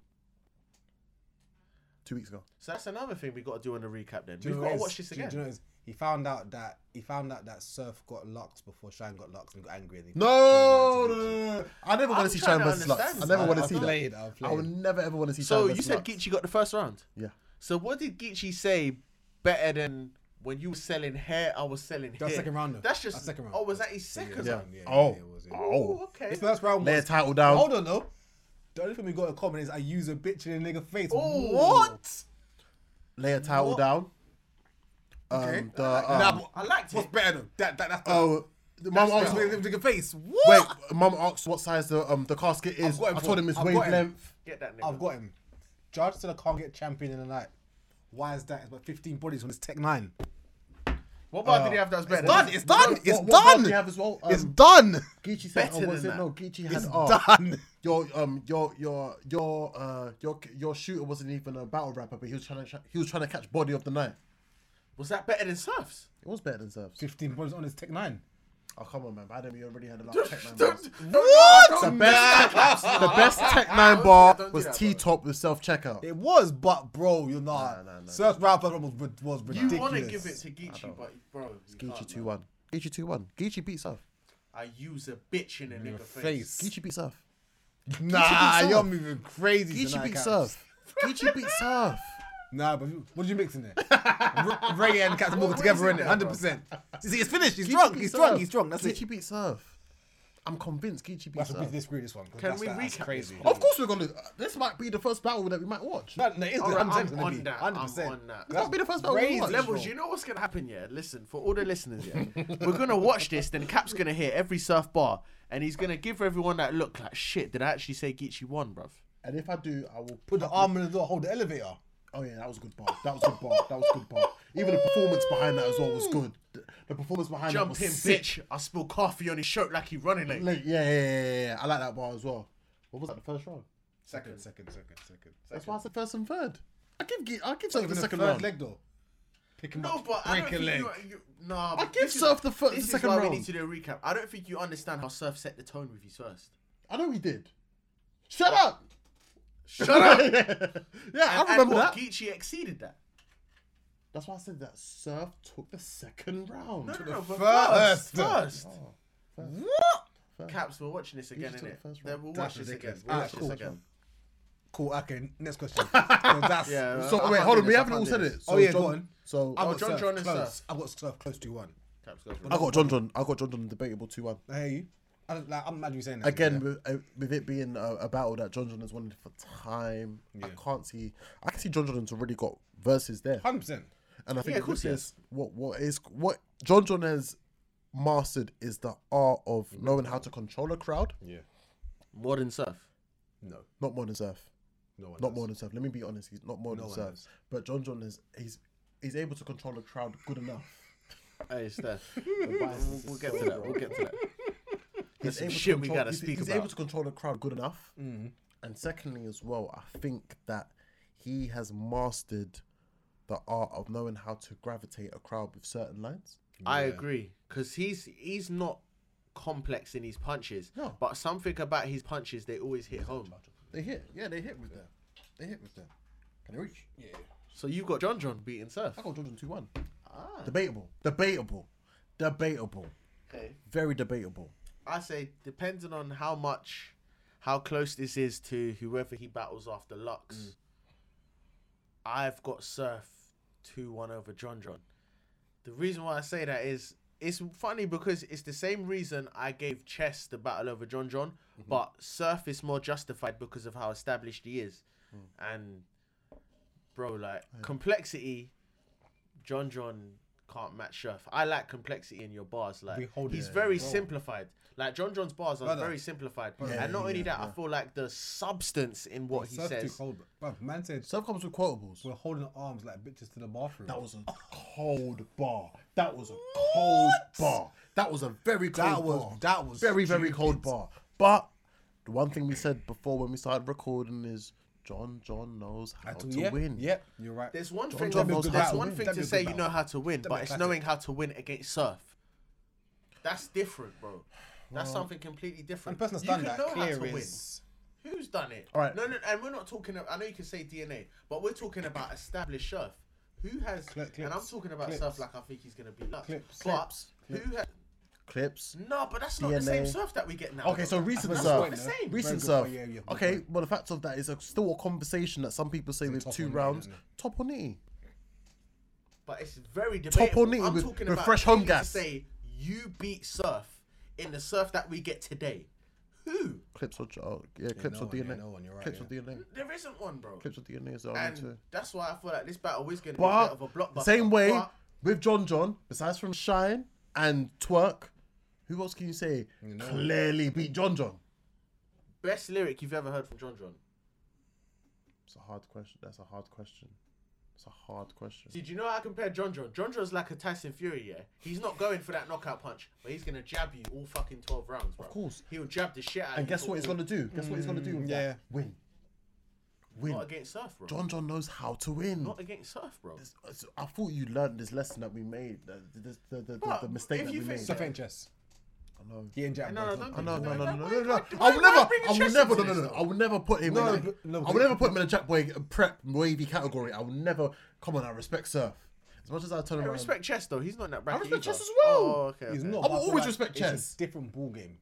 Two weeks ago. So that's another thing we got to do on the recap then. you We've know got to what watch it is? this Do you- again. do you know what it is? he found out that he found out that Surf got locks before Shine got locks and got angry. And he No, no, no, no. I never want I'm to see trying Shine to versus Lux. I understand never this. want to I'll see played, that. I'll I would played. never ever want to see So Shine you versus said Lux. Geechee got the first round. Yeah. So what did Geechee say better than when you were selling hair, I was selling hair? That's second round. though. That's just That's second round. Oh, was that his second Yeah. round? Yeah, Oh. yeah, it was, yeah. Oh, Oh. okay. His first round Their was. title down. Hold on, though. The only thing we got in common is I use a bitch in a nigga face. Oh. What? lay a towel What? down. Um, Okay. the, Nah, um, but I liked uh, What's it. better though? That, that, that's the. oh, the mum that's asked. the nigga face. What? Wait, mum asked what size the um the casket is. got him I told for- him it's I've got him. wavelength. Get that nigga. I've got him. Judge said I can't get champion in the night. Why is that? It's about 15 bodies on his Tech 9. What bar uh, did he have that was better? done, than- it's done, What- it's what, what bar done. do you have as well? Um, oh. it's done. Geechee said, better oh, what's than it? that. No, Geechee had It's R. done. Your um your your your uh your your shooter wasn't even a battle rapper, but he was trying to he was trying to catch body of the night. Was that better than Surfs? It was better than Zerv's. Fifteen points on his Tech Nine. Oh come on, man! By then we already had a lot of tech nine Don't- bars. don't- What? The best, the best tech nine bar was T top with self checkout. It was, but bro, you're not. Nah, nah, nah. Surf rap album was, rid- was ridiculous. You want to give it to Geechee, but bro, you Geechee can't, two man. one. Geechee two one. Geechee beats off. I use a bitch in a nigga face. face. Geechee beats off. Nah, Geechee beat you're Surf. moving crazy Geechee tonight, beats guys. off. Geechee beats off. Nah, but you- what did you mix in there? R- Ray and Captain Morgan together in there, hundred percent. See, it's finished. He's drunk. He's drunk. He's drunk. That's it. Geechee beats off. I'm convinced Geechee We have beats to off. disagree this one. 'cause Can that's- we that's recap crazy. this one? Of course we're gonna. This might be the first battle that we might watch. No, no, it is. All right, 100% I'm gonna on be. that, 100%. I'm on that. That's That'll be the first battle we crazy watch. level. Levels, you know what's gonna happen, yeah? Listen, for all the listeners, yeah, we're gonna watch this, then Cap's gonna hear every surf bar, and he's gonna give everyone that look like shit. Did I actually say Geechee won, bruv? And if I do, I will Put the arm in the door, hold the elevator. Oh yeah, that was a good bar. That was a good bar. That was a good bar. Even the performance behind that as well was good. The, the performance behind that Jump was him, sick. bitch. I spilled coffee on his shirt like he running late. Like, yeah, yeah, yeah, yeah, yeah. I like that bar as well. What was that? The first round. Second, second, second, second. That's why I said first and third. I give Ge- I give Not Surf even the the second third round. leg though. Pick him No, up, but I break don't a think leg. you, you. Nah, but give this is- Surf the fir- This the is second why we round. need to do a recap. I don't think you understand how Surf set the tone with his first. I know he did. Shut up. Shut up. yeah, I And- and remember that. what, Geechee exceeded that. That's why I said that Surf took the second round. No, no, no, but first. first, first. Oh, What? Caps, we're watching this again, just took the innit? first Then round. Ah, we'll That's watch this again. ridiculous. We'll watch Alright, this cool. again. Cool. Okay, next question. So that's, Yeah, So I wait, can't hold do on. We this, I haven't can't all do said this. it. So Oh, yeah, John, go on. So I've Oh, got John surf John and close. Surf. I've got surf close to one. Caps goes I got John John. I got John John debatable two one. I hear you. I don't, like, I'm mad you saying that. Again, with, uh, with it being a, a battle that John John has wanted for time, I can't see. I can see John John's already got verses there, hundred percent. and I think of course this he is what what is what John John has mastered is the art of Mm. knowing how to control a crowd. Yeah. More than Surf. No. Not more than Surf. No one. Not does. more than Surf. Let me be honest. He's not more No than one Surf. does. But John John is he's he's able to control a crowd good enough. Hey, Steph. we'll, we'll get to that. We'll get to that. There's some able to shit we control- gotta he's- speak he's about. able to control the crowd good enough. And secondly, as well, I think that he has mastered the art of knowing how to gravitate a crowd with certain lines. I agree because he's he's not complex in his punches, No. but something about his punches they always hit home. They hit, yeah, they hit with them. They hit with them. Can they reach? Yeah. So you've got John John beating Surf. I got Jordan two one. Ah. Debatable, debatable, debatable, Okay. very debatable. I say depending on how much, how close this is to whoever he battles after Lux. Mm. I've got Surf two one over John John. The reason why I say that is it's funny because it's the same reason I gave Chess the battle over John John, Mm-hmm. but Surf is more justified because of how established he is, Mm. and bro, like complexity, John John can't match Surf. I like complexity in your bars. We Like hold he's it, very bro. simplified. Like John John's bars are Brother. very simplified, Yeah, and not yeah, only yeah, that, I feel like the substance in what he Surf says. took hold. Bro, man said Surf comes with quotables. we're holding arms like bitches to the bathroom. That was a cold bar. That was a cold bar. That was a very cold That was- bar. that was very very stupid. cold bar. But the one thing we said before when we started recording is John John knows how That's- to yeah, win. Yep. You're right. There's one John thing. John to- knows there's how to one win. thing That'd be to a say good you know battle. how to win, That'd be but a it's classic. knowing how to win against Surf. That's different, bro. That's something completely And different. the person that's you done can that know how to clear win. is. Who's done it? All right. No, no, and we're not talking. About, I know you can say DNA, but we're talking about established Surf. Who has? Cli- and I'm clips. talking about Clips. Surf like I think he's gonna be Lux. Clips. But Clips. who? Ha- Clips. no, but that's not the DNA. same Surf that we get now. Okay, bro. so recent That's surf. quite the Recent same. Very good surf. point, yeah, yeah, good okay, point. well the fact of that is it's still a conversation that some people say with top two on it, rounds. isn't it? Top on it. But it's very debatable. nitty I'm with- talking with about fresh home you to gas. Say you beat surf in the surf that we get today. Who? Clips or oh, yeah, clips no or one, yeah, DNA. no one, you're right, clips yeah. or DNA. There isn't one, bro. Clips or DNA is the only two. And that's why I feel like this battle is going to be a bit But of a blockbuster. same way But with John John, besides from Shine and Twerk, who else can you say clearly beat John John? best lyric you've ever heard from John John. It's a hard question. That's a hard question. It's a hard question. See, do you know how I compare Jondro? Jondro's like a Tyson Fury, yeah? He's not going for that knockout punch, but he's going to jab you all fucking 12 rounds, bro. Of course. He'll jab the shit out And guess what he's to gonna do? Guess what he's gonna do? with that? yeah. win. do? Win. Mm, Not against Surf, bro. John John knows how to win. Not against Surf, bro. This- uh, I thought you learned this lesson that we made, the the, the, the, the, But the mistake if that you we think made. so- Stuff ain't chess. I know. He ain't Jack. No, no, don't I do know, that. no, no, no, Why- no, why- no, no. why- I why will never, bring I will chess never, no, into no, no, this, no. I will never put him. No, in a, but- no, I but- will never put him in a Jack Boy uh, prep wavy category. I will never. Come on, I respect Surf as much as I turn I around. respect Chess, though. He's not in that bracket. respect either. Chess as well. Oh, okay. He's okay. not. I but will feel always like respect it's a chess. different ball game.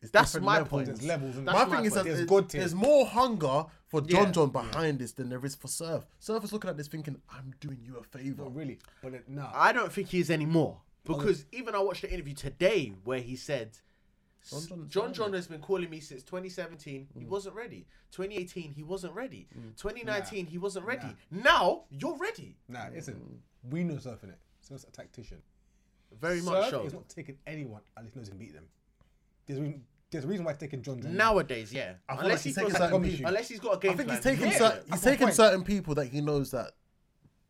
It's That's different my levels. point. There's levels. And My That's thing my is that point. There's it- God tier. there's more hunger for John Yeah. John behind this than there is for Surf. Surf is looking at this thinking, "I'm doing you a favor." Not really. But it, nah. I don't think he is anymore. Because even I watched the interview today where he said John John's John not Mm. John has been calling me since 2017. He wasn't ready. 2018, he wasn't ready. 2019, he wasn't ready. Now you're ready. Nah, listen. We know surfing it. So it's a tactician. Very much Surf so. is not taking anyone unless he knows he can beat them. There's a reason, there's a reason why he's taking John John. Nowadays, yeah. I feel Unless like he's he's got taking some- certain people- unless he's got a game I think he's plan. taking Yeah. certain, he's that's my taking point. certain people that he knows that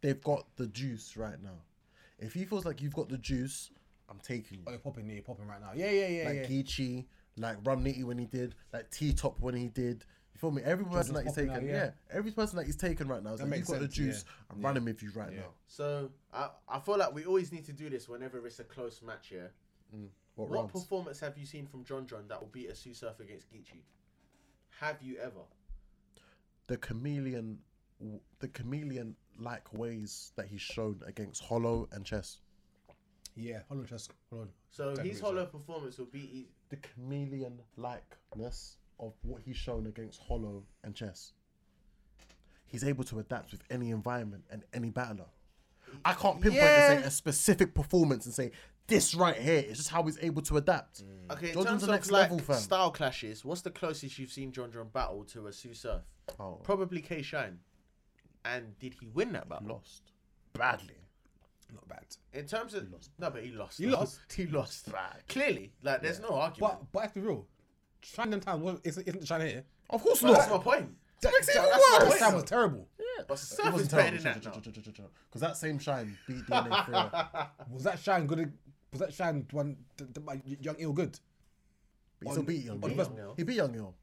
they've got the juice right now. If he feels like you've got the juice, I'm taking Oh, you. you're popping there, you're popping right now. Yeah, yeah, yeah. Like yeah. Geechee, like Rumnitty when he did, like T Top when he did. You feel me? Every person that he's popping taken, out, yeah. yeah. every person that he's taken right now is like, you've makes got the sense, yeah. juice. I'm running with you right now. So I, I feel like we always need to do this whenever it's a close match, yeah. What, What rounds? performance have you seen from John John that will beat a Sue Surf against Geechee? Have you ever? the chameleon, the chameleon like ways that he's shown against Hollow and Chess. Yeah, hold on, just hold on. So his Definitely hollow performance will beat. E- The chameleon likeness of what he's shown against Hollow and Chess. He's able to adapt with any environment and any battler. I can't pinpoint and Yeah. say a specific performance and say this right here is just how he's able to adapt. Mm. Okay, in John John's terms the of next like level, fam. style clashes, what's the closest you've seen John John battle to a Sue Surf? Oh. Probably K Shine. And did he win that battle? Lost badly. Not bad. In terms of no, but he lost. He lost. He lost. Clearly, like there's no argument. But but let's be real. Trying them times wasn't- isn't isn't China here. Of course But that's my not. point. That, makes it even that- worse. That time was terrible. But It Surf is wasn't better terrible. than that now. Because that same shine beat DNA Freya. Was that Shine good? Was that Shine one? The, the, my young ill good. But he still beat Young on Il. Young Il. He beat Young Il.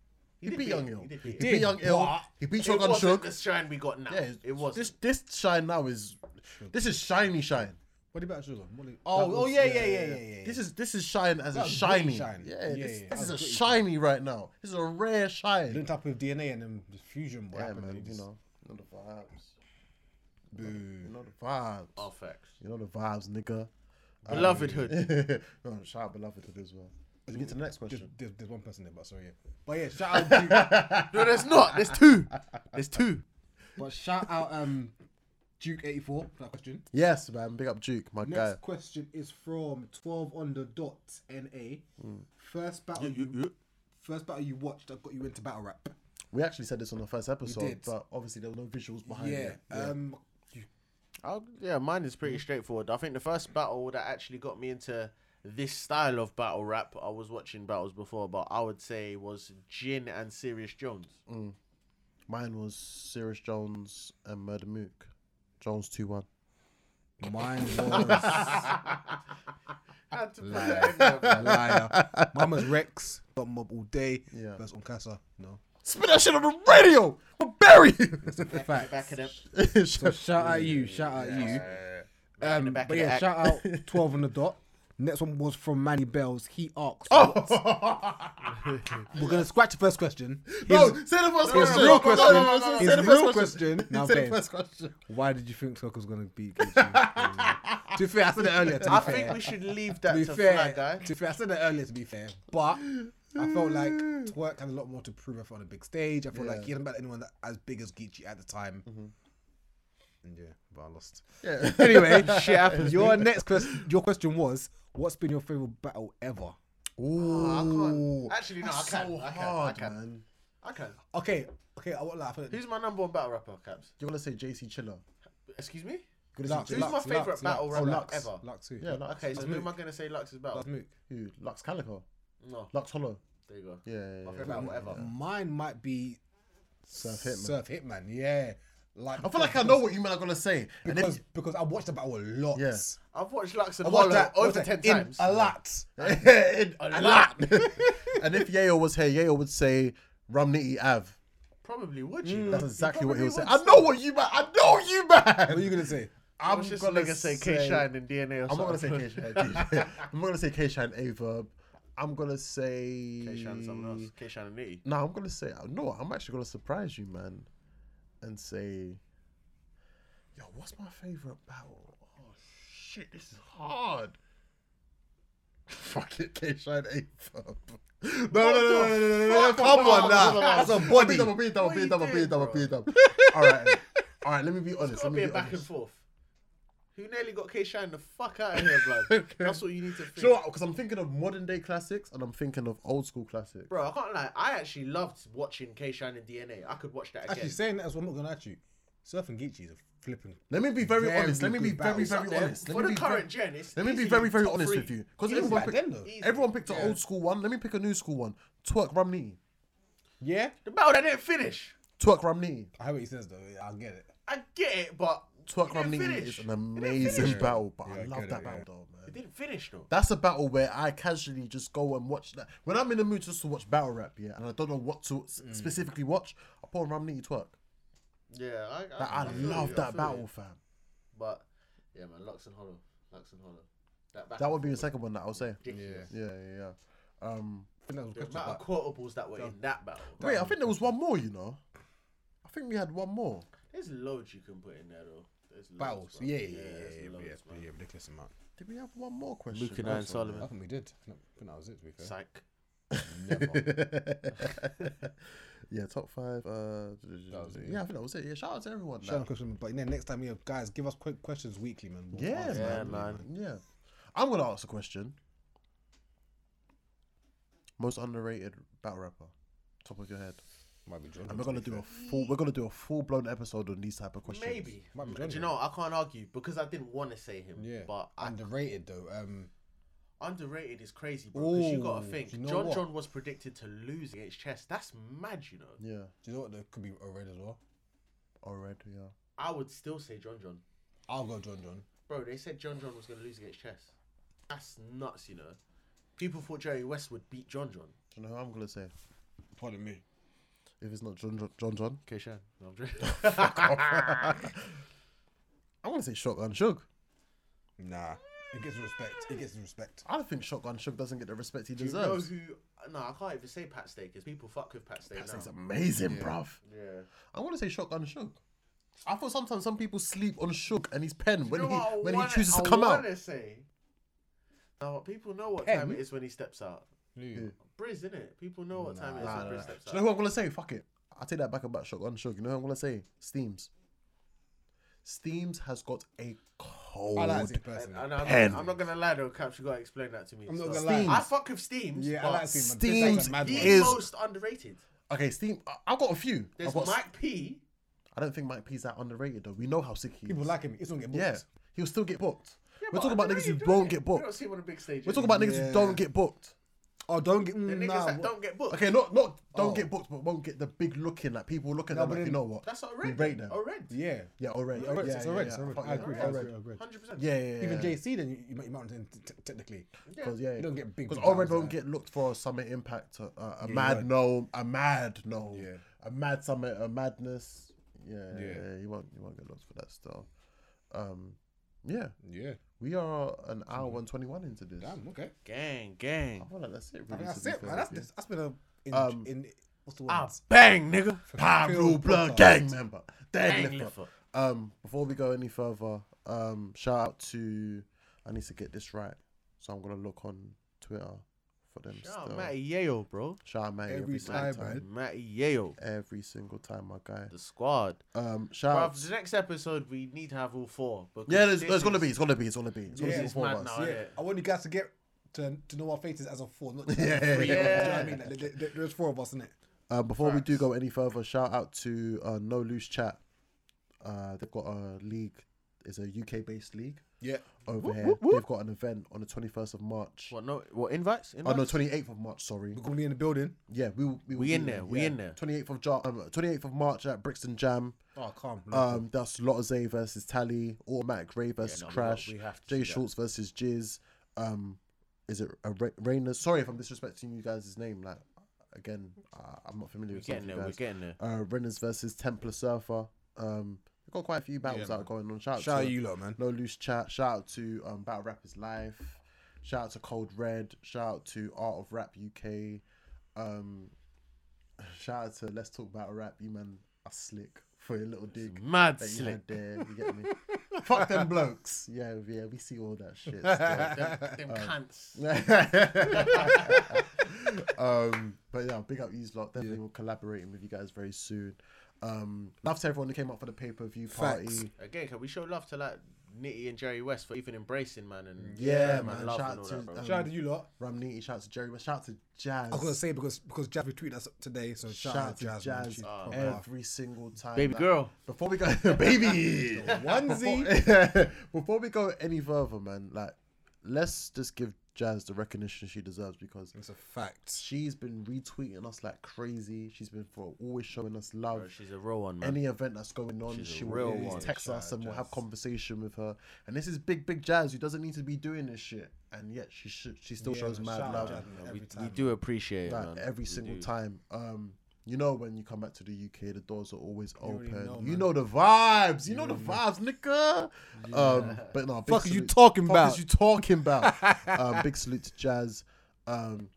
He, beat did beat- Young he Il. did He beat beat him. Young Il. But- He beat It Shogun wasn't Shook. the shine we got now. Yeah, it was. This this shine now is this is shiny shine. What about Sugar? What did- Oh, that oh was- yeah, yeah, yeah, yeah, yeah. This is this is shine as a was shiny. great shine. Yeah, Yeah, this, yeah, this that is a was great shiny right now. This is a rare shine. linked up with DNA and then just fusion. What Yeah, happened? man, They you just- know, you know the vibes. You Boo. Oh. know the vibes. All facts. You know the vibes, nigga. Um, Belovedhood. no, shout out beloved to this well. Let's get to the next There's, question. there's, there's one person there, but sorry, yeah. But yeah, shout out, Duke, no, there's not. There's two. There's two. but shout out, um, Duke eighty four. That question. Yes, man. Big up Duke, my Next guy. question is from twelve on the dot na. First battle you, first battle you watched that got you into battle rap. We actually said this on the first episode, did. but obviously there were no visuals behind yeah, it. Yeah. um, you- I'll, yeah, mine is pretty straightforward. I think the first battle that actually got me into this style of battle rap, I was watching battles before, but I would say was Jin and Sirius Jones. Mine was Cyrus Jones and Murder Mook. Jones 2 1. mine was Had to put that in there. liar. Mine was Rex, got mob all day. Yeah. versus Onkasa. No, Spit that shit on the radio! I'll bury you! fact. Back of them. So shout out you, shout out you. Um, back but of the yeah, act. shout out twelve on the dot. Next one was from Manny Bells. He asked, Oh! "We're gonna scratch the first question. no, His- say the first His question. real question. No, no, no, no, no, His say the real first question. Now, say the babe. first question. Why did you think Sokka was gonna beat Gucci? to be fair, I said it earlier. To be I fair, think we should leave that to be to fair, Fly Guy. to be fair, I said it earlier. To be fair, but I felt like Twerk had a lot more to prove. I felt on a big stage. I felt like Yeah. he hadn't met anyone that, as big as Gucci at the time. And yeah, but I lost. Yeah. Anyway, shit happens. Your next question, your question was, what's been your favorite battle ever? Ooh. I can't. Actually, no, I That's can. so I can. I hard, can. man. I can. Okay, okay, I won't lie. I feel like Who's my number one battle rapper, Caps? You're going to say JC Chiller. Excuse me? You're gonna Lux, say Who's J- Lux, my favourite Lux, battle Lux, rapper Lux, ever? Lux who? Yeah, Lux. Okay, so who am I Mook. going to say Lux's battle? Lux Mook. Who? Lux Calico. No, Lux Hollow. there you go. Yeah, yeah, My yeah. favourite battle ever. Mine might be Surf Hitman. Surf Hitman. Yeah, Like I feel like I know what you men are gonna say. And because, if, because I watched the battle a lot. Yeah. I've watched Lux and I watched Hollow that over watched that ten in times. A lot. In a lot. and if Yale was here, Yale would say Romney Ave. Probably would you? That's exactly what he would say. probably I know what you man. I know you What are man. you gonna say? I'm What's this gonna nigga say K Shine and DNA or I'm not gonna say something? K Shine. I'm not gonna say K Shine A verb. I'm gonna say K Shine and something else. K Shine and E. Nitty. No, I'm gonna say no. I'm actually gonna surprise you, man, and say, yo, what's my favorite battle? Oh shit, this is hard. Fuck it, K Shine Ape. No, no, no, no, no, no, no, no, come on, No, no, no, no. nah. That's a body. Double B, double What B, you double B, doing, double bro? B, double. All right, all right. Let me be honest. It's gotta Let me be a be back and honest. forth. Who nearly got K Shine the fuck out of here, blood? That's what you need to think. Sure, because I'm thinking of modern day classics and I'm thinking of old school classics. Bro, I can't lie. I actually loved watching K Shine and DNA. I could watch that again. Actually, saying that as well, I'm not gonna at you. Surf and Geechee is a flipping. Let me be very, Very honest. Let me good be very, battles. very Up there. honest. Let For me the be very- current gen, it's Let me be easily very, very top honest three. with you. Because Even everyone, back picked, then, though. Easy. everyone picked an Yeah. old school one. Let me pick a new school one. Twerk Romney. Yeah, The battle that didn't finish. Twerk Romney. I hear what he says though. I get it. I get it, but Twerk it Romney didn't is finish. an amazing battle, but Yeah, I I love get that it, battle yeah. though, man. It didn't finish though. That's a battle where I casually just go and watch that. When I'm in the mood just to watch battle rap, yeah, and I don't know what to s- specifically watch, I put on Romney Twerk. Yeah, I, Like, I, feel love you, I feel that you. battle, fam. But yeah, man, Lux and Hollow, Lux and Hollow. That, back That and would be the forth second one that I'll say. was ridiculous. Yeah, yeah, yeah. Um, I think that was a The question, amount of but- quotables that were in that battle. wait, I think there was one more, you know. I think we had one more. There's loads you can put in there though. There's loads, battles. bro. Yeah, yeah, yeah, there's yeah, loads, yeah, bro. yeah, ridiculous amount. Did we have one more question? Luke and I and Solomon. I think we did. I think that was it. To be fair. Psych. Never. yeah, top five. Uh, was it, yeah, I think that was it. Yeah, shout out to everyone. Shout out man. to Christian, but yeah, next time, yeah, guys, give us quick questions weekly, man. We'll Yeah, answer man. them. Yeah, I'm gonna ask a question. Most underrated battle rapper, top of your head, Might be Jordan. and we're gonna do a full. We're gonna do a full blown episode on these type of questions. Maybe. Might be Do you Jonathan. know? I can't argue because I didn't want to say him. yeah, But I, underrated though. Um, underrated is crazy, bro. Because you gotta Ooh, think, you know John what? John was predicted to lose against Chess. That's mad, you know. Yeah, do you know what? There could be a red as well. already. Yeah. I would still say John John. I'll go John John. Bro, they said John John was going to lose against Chess. That's nuts, you know. People thought Jerry West would beat John John. Do you know who I'm gonna say? Pardon me. If it's not John John John, John Okay, Shan. No, I'm joking. I'm gonna say Shotgun Shug. Nah, it gets respect. It gets respect. I don't think Shotgun Shug doesn't get the respect he you know deserves. who? No, I can't even say Pat Stay because people fuck with Pat Stay That's now. it's amazing, bruv. Yeah. I want to say Shotgun Shug. I thought sometimes some people sleep on Shug and his pen when You know he what I when wanna- he chooses I to come out. wanna say. Now people know what time it is when he steps out. Who? Briz, innit? People know what time it is Nah, when nah, Briz nah. steps Do out. you know who I'm gonna say? Fuck it. I take that back about Shotgun Shug. You know who I'm gonna say? Steams. Steams has got a cold. I like it And, personally. and I'm, Pen. I'm not gonna lie though, Caps, you gotta explain that to me. I'm not So- gonna lie. I fuck with Steams. yeah, I but like Steam. man. This Steam guy's a mad He's one. is- most underrated. okay, Steam. I- I've got a few. I've There's got, Mike P. I don't think Mike P's that underrated though. We know how sick he is. People like him. He's gonna get booked. yeah, he'll still get booked. We're but talking about I know niggas you who do won't it. get We don't booked. see one of the big stages. We're talking about niggas who Yeah. don't get booked. Oh, don't get. the niggas nah, that what- don't get booked. Okay, not not don't Oh. get booked, but won't get the big looking like people looking No, at them but like you then- know what? That's we already. rate them. Already. Yeah. Yeah, already. Yeah, Alright, yeah, it's yeah, alright, yeah, it's alright. fuck I yeah. agree. I Alright. agree. I agree. Hundred percent. Yeah, yeah, yeah. Even JC, then you, you might you might t- t- technically. Because yeah, You don't get big Because battles Ored like won't that. get looked for a summit impact, uh, uh, a Yeah, mad right. no, a mad no, Yeah. a mad summit, a madness. Yeah, yeah, Yeah. yeah, you won't you won't get looked for that still. Um, yeah, Yeah. we are an hour and twenty one into this. Damn. Okay. Gang, I gang. feel like that's it. Really, I think to that's be it, fair man. That's, with you. that's been a in, Um, in what's the word? Ah, bang, nigga. Pablo Phil Blood Podcast. gang member, Gang deadlifter. lifter. Um, before we go any further, um, shout out to I need to get this right, so I'm gonna look on Twitter for them. Shout still. out Matty Yale, bro. Shout out Matty every, Every single time, time. Matty Yale, Every single time, my guy. the squad. Um, shout out. Bruv, the next episode we need to have all four. Because Yeah, there's, this there's gonna is- be, it's gonna be, it's gonna be, it's gonna Yeah, be it's four mad of us. now. Yeah, Yeah. I want you guys to get to, to know our faces as a four, not just as Yeah. a three. Do Yeah. you know what I mean? Like, there- there- there's four of us in it. Uh, before we do go any further, shout out to uh, No Loose Chat. Uh, they've got a league It's a UK based league Yeah. over here. They've got an event on the 21st of March. What no? What invites? Oh invites? no, 28th of March. Sorry. We're gonna be in the building. Yeah, we will- we, will We be in there, we in there. 28th of Jar- um, 28th of March at Brixton Jam. Oh, calm. Um, that's Lotazay versus Tally, Automatic Ray versus no, we got- Crash, we have to Jay see that. Schultz versus Jizz. Um, is it a Ra- Rainer? Sorry if I'm disrespecting you guys' name. Like again, uh, I'm not familiar we're with some getting of you there. We're guys. getting there. Uh, Rainers versus Templar Surfer. Um, we've got quite a few battles Yeah, out going on. Shout out Shout out to you lot, man. No Loose Chat. Shout out to um, Battle Rappers Life. Shout out to Cold Red. Shout out to Art of Rap UK. Um, shout out to Let's Talk Battle Rap. You man are slick for your little dig Mad that you slick. had there. You get me? Fuck them blokes. Yeah, yeah, we see all that shit. still. Them cunts. um, but yeah, big up you lot. Definitely we're collaborating with you guys very soon. Um, love to everyone who came up for the pay per view party. Facts. Again, can we show love to like Nitty and Jerry West for even embracing man and Yeah, man, man. love Shout and all out to that, bro. um, Shout out to you lot. Ramniti, shout out to Jerry, but shout out to Jazz. I was gonna say because because Jazz retweeted us today, so shout, shout, out to Jazz. Jazz, Oh, man. She's proper half. every single time. Baby Like, girl. Before we go, baby Before, before we go any further, man, like let's just give Jazz the recognition she deserves because It's a fact. she's been retweeting us like crazy. She's been for always showing us love. Bro, she's a real one, man. any event that's going on, She's a she will real always one. text Shout us out and we'll have Jazz. conversation with her. And this is big, big Jazz who doesn't need to be doing this shit, and yet she should, she still Yeah, shows man, mad shout out love. Jazz, man, we, every we time. do appreciate it, like man. every We single do. time. Um, you know when you come back to the UK, the doors are always already open. know, you man. know the vibes. You, know the vibs, nigga. Um, but no, big Fuck is you salute- talking fuck about? Is you talking about? um, big salute to Jazz. Um,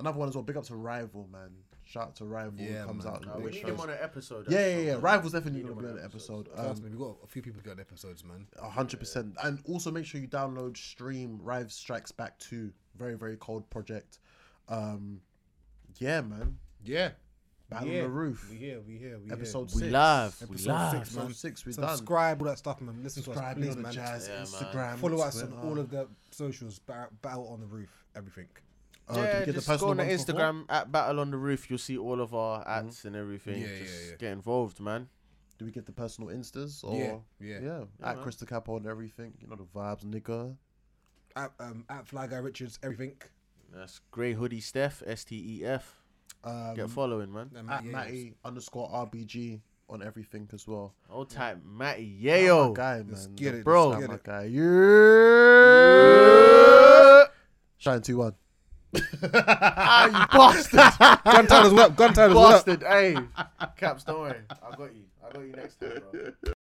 another one as well. Big up to Rival, man. Shout out to Rival. who Yeah, comes man. out. and Uh, big we need shows. him on an episode. yeah, that's yeah, yeah. all, man. Rival's definitely Need going to him be on on an an episode. Trust Um, me, we got a few people got episodes, man. a hundred percent. And also make sure you download stream Rive Strikes Back Two. Very very cold project. Um, yeah, man. Yeah. Battle on the roof. We here, we here, we Episode We six. live. We Episode live. six, man. Episode six, we're done. Subscribe, all that stuff, man. Listen Subscribe to please, us, please, man. Jazz Yeah, man. Instagram. Follow us on Twitter. all of the socials. ba- Battle on the roof, everything. Uh, do we Yeah, get the just personal go on the ones before? Mm-hmm. Instagram at Battle on the Roof. You'll see all of our ads and everything. Yeah, yeah, just yeah. get involved, man. Do we get the personal instas or Yeah, yeah. at man. Krista Capo and everything? You know the vibes, nigga. At, um, at Fly Guy Richards, everything. That's Grey Hoodie Steph, S T E F. Um, Get following, man. And at Matt Yates. Matty underscore RBG on everything as well. Old type Matty That my Yayo. guy, Let's man. get it, bro. That let's get my it. guy. Yeah. Shine two one. Ah, you bastard. Gun Tyler's work. Gun Tyler's work. bastard. hey, Caps, don't worry. I got you. I got you next time, bro.